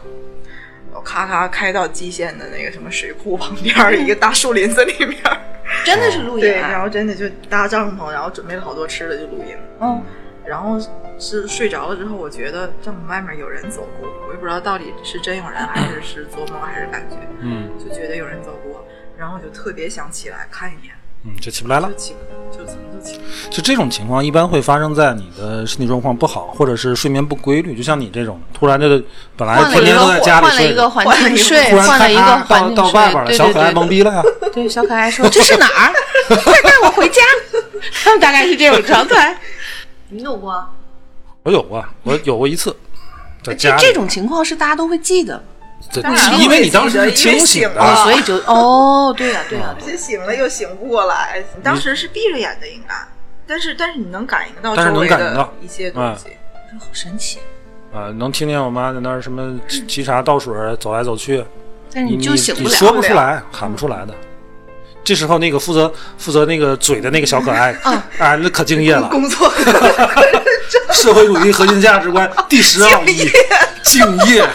Speaker 3: 我咔咔开到蓟县的那个什么水库旁边儿，一个大树林子里边儿，
Speaker 2: 真的是露
Speaker 3: 对，
Speaker 2: 营
Speaker 3: 然
Speaker 2: 啊，
Speaker 3: 后真的就搭帐篷，然后准备了好多吃的就露营。
Speaker 2: 嗯，
Speaker 3: 然后是睡着了之后，我觉得帐篷外面有人走过，我也不知道到底是真有人，还是是做梦，还是感觉，
Speaker 1: 嗯
Speaker 3: 就觉得有人走过，然后我就特别想起来看一眼，
Speaker 1: 嗯，就起不来了
Speaker 3: 就。起就怎么就起
Speaker 1: 就这种情况一般会发生在你的身体状况不好，或者是睡眠不规律。就像你这种，突然就本来
Speaker 2: 换了
Speaker 1: 天
Speaker 2: 一
Speaker 1: 天
Speaker 2: 个
Speaker 1: 都在家里
Speaker 2: 换了
Speaker 1: 睡
Speaker 2: 一个
Speaker 1: 着，
Speaker 2: 环
Speaker 3: 换了一
Speaker 2: 境
Speaker 3: 个
Speaker 2: 睡，
Speaker 1: 突然
Speaker 2: 换了
Speaker 1: 看
Speaker 2: 一
Speaker 1: 啊
Speaker 2: 个环
Speaker 1: 到
Speaker 2: 境
Speaker 1: 到外边了，
Speaker 2: 睡，
Speaker 1: 小可爱
Speaker 2: 对
Speaker 1: 懵
Speaker 2: 对
Speaker 1: 逼了呀。
Speaker 2: 对，对小可爱说这是哪儿？ 快带我回家！ 他们大概是这种状态。你有过？
Speaker 1: 我有过，我有过一次，在
Speaker 2: 这
Speaker 1: 家里
Speaker 2: 这种情况是大家都会记得，
Speaker 1: 这
Speaker 3: 当然了
Speaker 1: 因为你当时是清醒
Speaker 3: 因为醒
Speaker 1: 的，
Speaker 3: 了啊
Speaker 2: 所以就哦，对呀对呀，
Speaker 3: 而且醒了又醒不过来，你当时是闭着眼的应该，但是但是你能感应到
Speaker 1: 但是
Speaker 3: 周
Speaker 1: 能
Speaker 3: 围
Speaker 1: 感应
Speaker 3: 的
Speaker 1: 到嗯
Speaker 3: 一些东西，
Speaker 2: 这好神奇。
Speaker 1: 啊，能听见我妈在那儿什么沏茶倒水，走来走去，
Speaker 2: 但是
Speaker 1: 你
Speaker 2: 就醒
Speaker 1: 你
Speaker 2: 不
Speaker 1: 说
Speaker 2: 了
Speaker 1: 不出来，喊不出来的。这时候那个负责负责那个嘴的那个小可爱，啊，那可敬业 了，
Speaker 3: 工作
Speaker 1: 社会主义核心价值观第十奥义，敬业。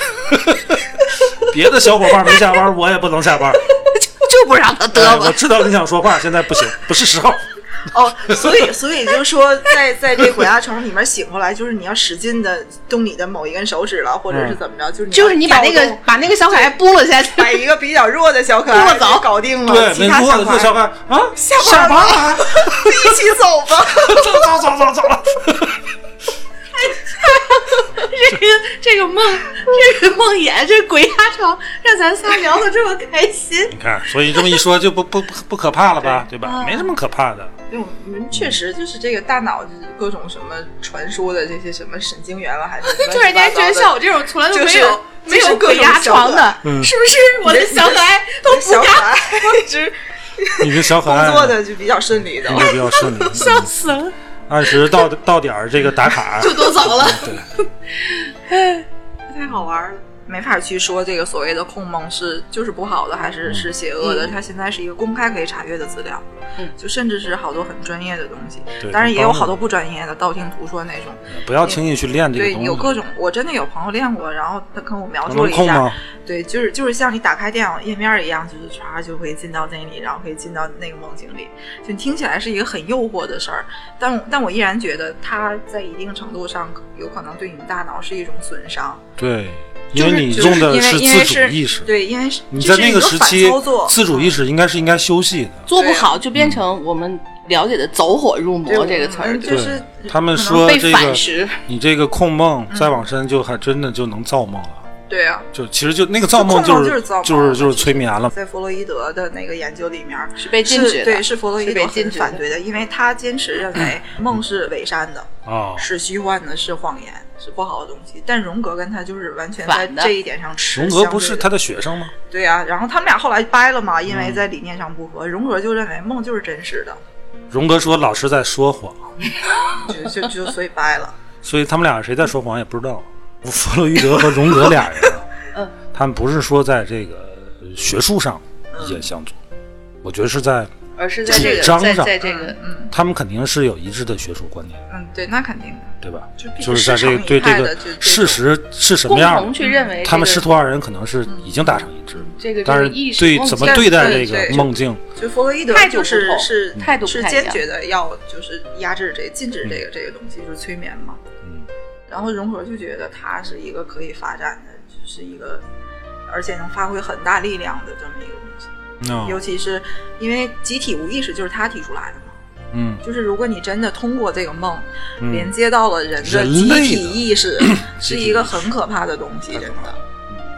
Speaker 1: 别的小伙伴没下班，我也不能下班。
Speaker 2: 就不让他
Speaker 1: 哎
Speaker 2: 嘚
Speaker 1: 我
Speaker 2: 吧。
Speaker 1: 知道你想说话，现在不行，不是时候。
Speaker 3: 哦，所以所以就说在在这鬼压床里面醒过来，就是你要使劲的动你的某一根手指了，或者
Speaker 1: 嗯
Speaker 3: 是怎么着，就是你要
Speaker 2: 就是你把那
Speaker 3: 调
Speaker 2: 个
Speaker 3: 动
Speaker 2: 把那个小可爱拨了下去，
Speaker 3: 把一个比较弱的小可
Speaker 2: 剁
Speaker 3: 爱
Speaker 2: 走
Speaker 3: 搞定了，
Speaker 1: 对，
Speaker 3: 其
Speaker 1: 没
Speaker 3: 他
Speaker 1: 过
Speaker 3: 小
Speaker 1: 的
Speaker 3: 可
Speaker 1: 做
Speaker 3: 爱
Speaker 1: 小看啊，
Speaker 3: 下
Speaker 1: 下
Speaker 3: 班
Speaker 1: 班了，
Speaker 3: 一起走吧。
Speaker 1: 走走走走走了。
Speaker 2: 这个这个梦，这个梦魇，这鬼压床，让咱仨聊得这么开心。
Speaker 1: 你看，所以这么一说就不不不不可怕了吧，对吧？没什么可怕的。
Speaker 3: 因为我们嗯确实就是这个大脑就是各种什么传说的这些什么神经元了，还是
Speaker 2: 突然间觉得像我这种从来都没有、
Speaker 3: 就是
Speaker 2: 没有鬼压床的，
Speaker 1: 嗯
Speaker 2: 是不是？我的小可爱都不
Speaker 3: 小可
Speaker 2: 敢，
Speaker 3: 爱一直
Speaker 1: 你的小可爱
Speaker 3: 工作的就比较 顺利的
Speaker 1: 工。作比较顺利，
Speaker 2: 笑死了，
Speaker 1: 按时到到点儿这个打卡。
Speaker 2: 就都走了，
Speaker 1: 对，
Speaker 2: 太好玩了。
Speaker 3: 没法去说这个所谓的控梦是就是不好的还是是邪恶的，
Speaker 2: 嗯
Speaker 3: 它现在是一个公开可以查阅的资料，
Speaker 2: 嗯
Speaker 3: 就甚至是好多很专业的东西
Speaker 1: 对，
Speaker 3: 当然也
Speaker 1: 很
Speaker 3: 有
Speaker 1: 棒的
Speaker 3: 好多不专业的道听途说那种。
Speaker 1: 不要轻易去练这个
Speaker 3: 对，
Speaker 1: 东西。
Speaker 3: 有各种，我真的有朋友练过，然后他跟我描述了
Speaker 1: 能
Speaker 3: 一
Speaker 1: 控
Speaker 3: 下
Speaker 1: 吗，？
Speaker 3: 对，就是就是像你打开电脑页面一样，就是唰就可以进到那里，然后可以进到那个梦境里。就你听起来是一个很诱惑的事儿，但我但我依然觉得它在一定程度上有可能对你大脑是一种损伤，
Speaker 1: 对，因
Speaker 3: 就
Speaker 1: 为
Speaker 3: 是
Speaker 1: 你
Speaker 3: 就是
Speaker 1: 用的
Speaker 3: 因为
Speaker 1: 是
Speaker 3: 因为
Speaker 1: 自主意识。
Speaker 3: 对，因为是
Speaker 1: 你
Speaker 3: 这
Speaker 1: 在
Speaker 3: 是
Speaker 1: 那
Speaker 3: 一个
Speaker 1: 时
Speaker 3: 反
Speaker 1: 期
Speaker 3: 操作，
Speaker 1: 自主意识应该是应该休息的。
Speaker 2: 做不好就变成我们了解的“走火入魔”这个词儿
Speaker 3: 嗯，就是
Speaker 1: 他们
Speaker 3: 可能
Speaker 1: 说
Speaker 2: 被
Speaker 1: 这
Speaker 2: 反
Speaker 1: 个
Speaker 2: 噬
Speaker 3: 嗯
Speaker 1: 你这个控梦再往深就还真的就能造梦了。
Speaker 3: 对啊，
Speaker 1: 就其实就那个造梦
Speaker 3: 就
Speaker 1: 就
Speaker 3: 控梦
Speaker 1: 是
Speaker 3: 就是造梦
Speaker 1: 就是就是催眠了，
Speaker 3: 在弗洛伊德的那个研究里面
Speaker 2: 是被禁止的
Speaker 3: 是对，是弗洛伊
Speaker 2: 是
Speaker 3: 德
Speaker 2: 被禁
Speaker 3: 很
Speaker 2: 止的
Speaker 3: 反对的，因为他坚持认为梦是伪善的，
Speaker 1: 啊，
Speaker 3: 是虚幻的，是谎言，是不好的东西。但荣格跟他就是完全在
Speaker 2: 反的
Speaker 3: 这一点上持
Speaker 1: 荣
Speaker 3: 相
Speaker 1: 格
Speaker 3: 对
Speaker 1: 不是
Speaker 3: 的嗯
Speaker 1: 他的学生吗？
Speaker 3: 对啊，然后他们俩后来掰了嘛，因为在理念上不合，荣格就认为梦就是真实的，
Speaker 1: 荣格说老师在说谎，
Speaker 3: 就就就所以掰了。
Speaker 1: 所以他们俩谁在说谎也不知道。弗洛伊德和荣格俩人，啊
Speaker 2: 嗯，
Speaker 1: 他们不是说在这个学术上意见相左，我觉得是在
Speaker 2: 而是在这
Speaker 1: 紧
Speaker 2: 个
Speaker 1: 张
Speaker 2: 在
Speaker 1: 上
Speaker 2: 在这个
Speaker 3: 嗯
Speaker 1: 他们肯定是有一致的学术观点，
Speaker 3: 嗯，对，那肯定的。
Speaker 1: 对吧？
Speaker 3: 就必须
Speaker 1: 就是在这
Speaker 3: 市
Speaker 1: 个
Speaker 3: 场
Speaker 1: 对
Speaker 3: 一派
Speaker 1: 这
Speaker 3: 的
Speaker 1: 个
Speaker 3: 就这种
Speaker 1: 事实是什么
Speaker 2: 共
Speaker 1: 样
Speaker 2: 同
Speaker 1: 的，
Speaker 2: 去认为
Speaker 1: 他们
Speaker 2: 这
Speaker 1: 师
Speaker 2: 个
Speaker 1: 徒二人可能是已经达成一致了。
Speaker 2: 这个
Speaker 1: 但是
Speaker 2: 这个意识
Speaker 1: 对
Speaker 2: 梦
Speaker 1: 怎么
Speaker 2: 境
Speaker 1: 对待这
Speaker 3: 对
Speaker 1: 个
Speaker 3: 对
Speaker 1: 梦境，
Speaker 3: 就弗洛伊德
Speaker 2: 态度
Speaker 3: 就
Speaker 2: 不
Speaker 3: 是
Speaker 2: 同
Speaker 3: 是
Speaker 2: 态度不
Speaker 3: 是
Speaker 2: 太一
Speaker 3: 坚
Speaker 2: 样
Speaker 3: 决的要就是压制这禁止这个这个东西，就是催眠嘛。
Speaker 1: 嗯，
Speaker 3: 然后融合就觉得他是一个可以发展的，就是一个而且能发挥很大力量的这么一个东西。尤
Speaker 1: 嗯
Speaker 3: 其是因为集体无意识就是他提出来的嘛，
Speaker 1: 嗯
Speaker 3: 就是如果你真的通过这个梦
Speaker 1: 嗯
Speaker 3: 连接到了人的
Speaker 1: 人类
Speaker 3: 集
Speaker 1: 的
Speaker 3: 体意识，是一个很可怕的东西，真的。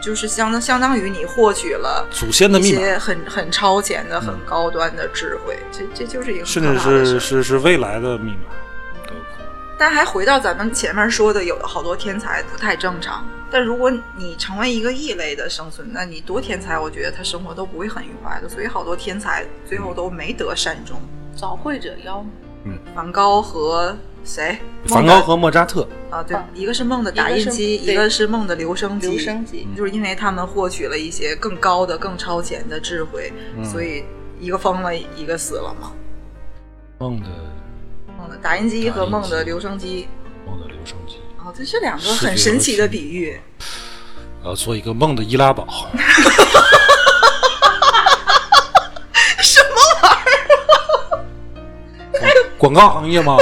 Speaker 3: 就是相当相当于你获取了
Speaker 1: 祖先的
Speaker 3: 一
Speaker 1: 密码，
Speaker 3: 些很很超前的、很高端的智慧，这这就是一个
Speaker 1: 嗯甚
Speaker 3: 很可
Speaker 1: 至
Speaker 3: 怕的
Speaker 1: 是
Speaker 3: 事。
Speaker 1: 是是未来的密码都有可能。
Speaker 3: 但还回到咱们前面说的，有好多天才不太正常。但如果你成为一个异类的生存，那你多天才，我觉得他生活都不会很愉快的。所以好多天才最后都没得善终。
Speaker 2: 早会者妖嘛，
Speaker 3: 梵高和谁？
Speaker 1: 梵高和莫扎特，
Speaker 3: 啊，对
Speaker 2: 啊，
Speaker 3: 一个是梦的打印机，
Speaker 2: 一个是
Speaker 3: 一个是梦的留声机。
Speaker 2: 留声机，
Speaker 1: 嗯
Speaker 3: 就是因为他们获取了一些更高的、更超前的智慧，
Speaker 1: 嗯
Speaker 3: 所以一个疯了，一个死了嘛。
Speaker 1: 梦的
Speaker 3: 梦的呃打印机和梦
Speaker 1: 打印
Speaker 3: 的
Speaker 1: 机
Speaker 3: 留声机，
Speaker 1: 梦的留声机，
Speaker 3: 哦，这是两个
Speaker 1: 视觉
Speaker 3: 很神奇的比喻。
Speaker 1: 我要呃做一个梦的易拉宝。
Speaker 3: 什么啊
Speaker 1: 广告行业吗？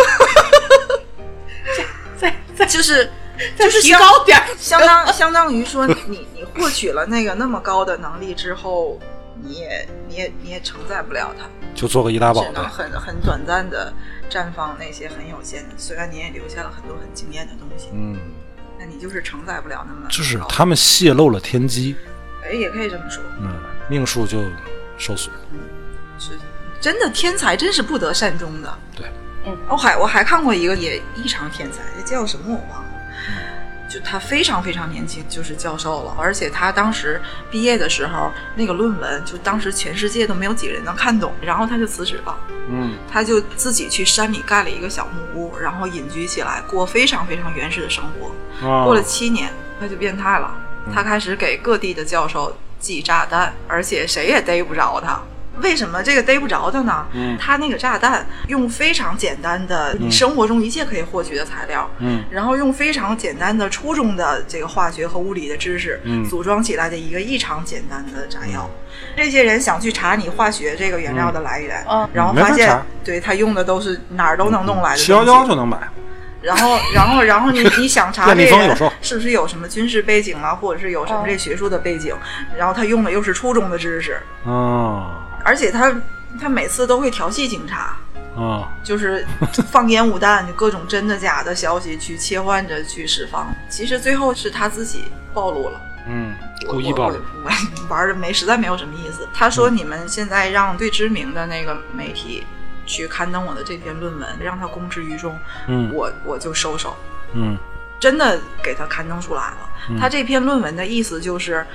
Speaker 2: 再再
Speaker 3: 就是
Speaker 2: 再
Speaker 3: 就是
Speaker 2: 提
Speaker 3: 相
Speaker 2: 高点儿，
Speaker 3: 相 当相当于说你，你你获取了那个那么高的能力之后，你也你也你也承载不了它，
Speaker 1: 就做个易拉宝
Speaker 3: 只能
Speaker 1: 呗。
Speaker 3: 很很短暂的绽放那些很有限的。虽然你也留下了很多很惊艳的东西，
Speaker 1: 嗯，
Speaker 3: 但你就是承载不了那么
Speaker 1: 就是
Speaker 3: 高
Speaker 1: 他们泄露了天机，
Speaker 3: 哎，也可以这么说。
Speaker 1: 嗯，命数就受损。
Speaker 3: 是真的天才，真是不得善终的。
Speaker 1: 对，
Speaker 2: 嗯，
Speaker 3: 我还我还看过一个也异常天才，这叫什么我忘了。就他非常非常年轻，就是教授了，而且他当时毕业的时候，那个论文就当时全世界都没有几个人能看懂，然后他就辞职了，
Speaker 1: 嗯，
Speaker 3: 他就自己去山里盖了一个小木屋，然后隐居起来，过非常非常原始的生活。
Speaker 1: 啊
Speaker 3: 嗯
Speaker 1: 嗯
Speaker 3: 过了七年，他就变态了，他开始给各地的教授寄炸弹，而且谁也逮不着他。为什么这个逮不着他呢？
Speaker 1: 嗯
Speaker 3: 他那个炸弹用非常简单的你生活中一切可以获取的材料，
Speaker 1: 嗯
Speaker 3: 然后用非常简单的初中的这个化学和物理的知识，
Speaker 1: 嗯
Speaker 3: 组装起来的一个异常简单的炸药。这些人想去查你化学这个原料的来源，
Speaker 2: 嗯嗯
Speaker 3: 然后
Speaker 1: 没法
Speaker 3: 发现
Speaker 1: 查，嗯
Speaker 3: 对他用的都是哪儿都能弄来的东西。
Speaker 1: 七幺幺就能买，
Speaker 3: 然后，然后，然后 你你想查
Speaker 1: 愿
Speaker 3: 这
Speaker 1: 力
Speaker 3: 个
Speaker 1: 峰有
Speaker 3: 人
Speaker 1: 售
Speaker 3: 是不是有什么军事背景啊，或者是有什么
Speaker 2: 嗯
Speaker 3: 这学术的背景？然后他用的又是初中的知识，
Speaker 1: 啊
Speaker 3: 而且他他每次都会调戏警察，
Speaker 1: 啊，
Speaker 3: 就是放烟雾弹，就各种真的假的消息去切换着去释放。其实最后是他自己暴露了。
Speaker 1: 嗯，
Speaker 3: 我
Speaker 1: 故意暴露，
Speaker 3: 我我玩的没实在没有什么意思。他说你们现在让最知名的那个媒体去刊登我的这篇论文，让他公之于众，
Speaker 1: 嗯
Speaker 3: 我我就收手。
Speaker 1: 嗯
Speaker 3: 真的给它刊登出来了。
Speaker 1: 嗯
Speaker 3: 他这篇论文的意思就是，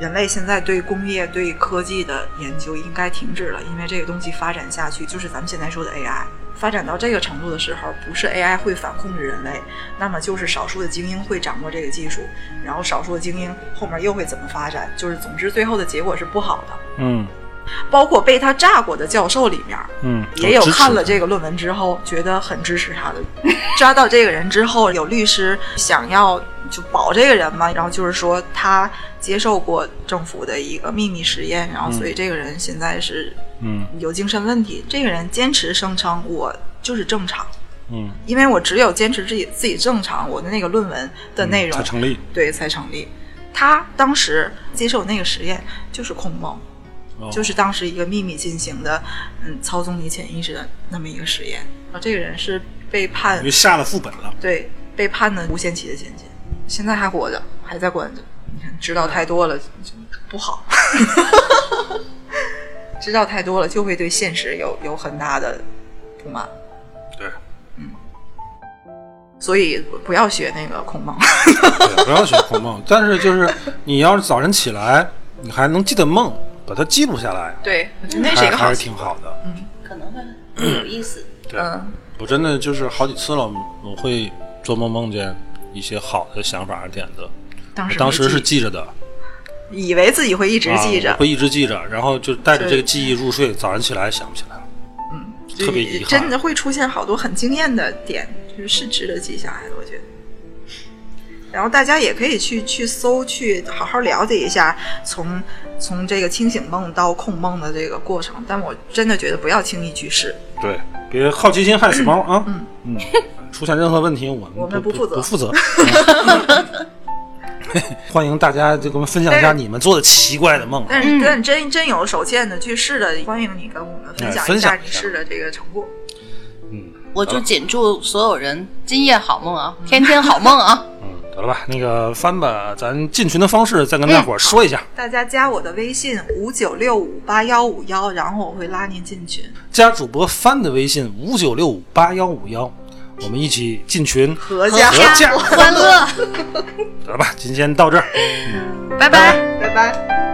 Speaker 3: 人类现在对工业、对科技的研究应该停止了，因为这个东西发展下去，就是咱们现在说的 AI。发展到这个程度的时候，不是 AI 会反控制人类，那么就是少数的精英会掌握这个技术，然后少数的精英后面又会怎么发展？就是总之最后的结果是不好的。
Speaker 1: 嗯
Speaker 3: 包括被他炸过的教授里面，
Speaker 1: 嗯，
Speaker 3: 也有
Speaker 1: 支持
Speaker 3: 看了这个论文之后，觉得很支持他的。抓到这个人之后，有律师想要就保这个人嘛，然后就是说他接受过政府的一个秘密实验，然后所以这个人现在是
Speaker 1: 嗯
Speaker 3: 有精神问题。这个人坚持声称我就是正常，
Speaker 1: 嗯，
Speaker 3: 因为我只有坚持自己自己正常，我的那个论文的内
Speaker 1: 嗯
Speaker 3: 容
Speaker 1: 才成立，
Speaker 3: 对才成立。他当时接受那个实验就是空梦。
Speaker 1: 哦
Speaker 3: 就是当时一个秘密进行的，嗯，操纵你潜意识的那么一个实验。啊，这个人是被判
Speaker 1: 于下了副本了。
Speaker 3: 对被判的无限期的监禁，现在还活着，还在关着。知道太多了就不好， 知道太多了就会对现实有有很大的不满，嗯
Speaker 1: 对，
Speaker 3: 所以不要学那个孔孟。
Speaker 1: 对，不要学孔孟。但是就是你要是早晨起来，你还能记得梦，把它记录下来，
Speaker 3: 对，我觉得那
Speaker 1: 还
Speaker 3: 是一个好
Speaker 1: 还是
Speaker 3: 习
Speaker 1: 挺好的。
Speaker 2: 可能会有意思。
Speaker 1: 对，
Speaker 3: 嗯，
Speaker 1: 我真的就是好几次了，我会做梦梦见一些好的想法和点子，
Speaker 3: 当
Speaker 1: 我
Speaker 3: 时
Speaker 1: 当
Speaker 3: 没
Speaker 1: 时是
Speaker 3: 记
Speaker 1: 记着的，
Speaker 3: 以为自己会一直记着
Speaker 1: 啊、我，会一直记着，然后就带着
Speaker 3: 对嗯
Speaker 1: 这个记忆入睡，早上起来想不起来了，特别遗憾
Speaker 3: 真的会出现好多很惊艳的点，就是是值得记下来的，我觉得。然后大家也可以去去搜，去好好了解一下从从这个清醒梦到控梦的这个过程。但我真的觉得不要轻易去试，
Speaker 1: 对，别好奇心害死猫啊，嗯出现任何问题我们
Speaker 3: 我们
Speaker 1: 不
Speaker 3: 不负责
Speaker 1: 不负责。 欢迎大家就给我们分享一下
Speaker 3: 但是
Speaker 1: 你们做的奇怪的梦啊，
Speaker 3: 但是、
Speaker 2: 嗯
Speaker 3: 但真真有手欠的去试的，欢迎你跟我们分
Speaker 1: 哎
Speaker 3: 享
Speaker 1: 分
Speaker 3: 一
Speaker 1: 享
Speaker 3: 下
Speaker 1: 一
Speaker 3: 你
Speaker 1: 下
Speaker 3: 试的这个成果。
Speaker 1: 嗯。
Speaker 2: 我就谨祝所有人今夜好梦啊，天天好 梦啊！
Speaker 1: 嗯，得了吧，那个翻吧，咱进群的方式再跟大伙儿说一下，
Speaker 3: 大家加我的微信五九六五八幺五幺，然后我会拉您进群，
Speaker 1: 加主播翻的微信五九六五八幺五幺，我们一起进群，
Speaker 3: 合家
Speaker 1: 合家
Speaker 2: 欢乐，
Speaker 1: 得了吧，今天到这儿。
Speaker 2: 拜拜。
Speaker 3: 拜拜。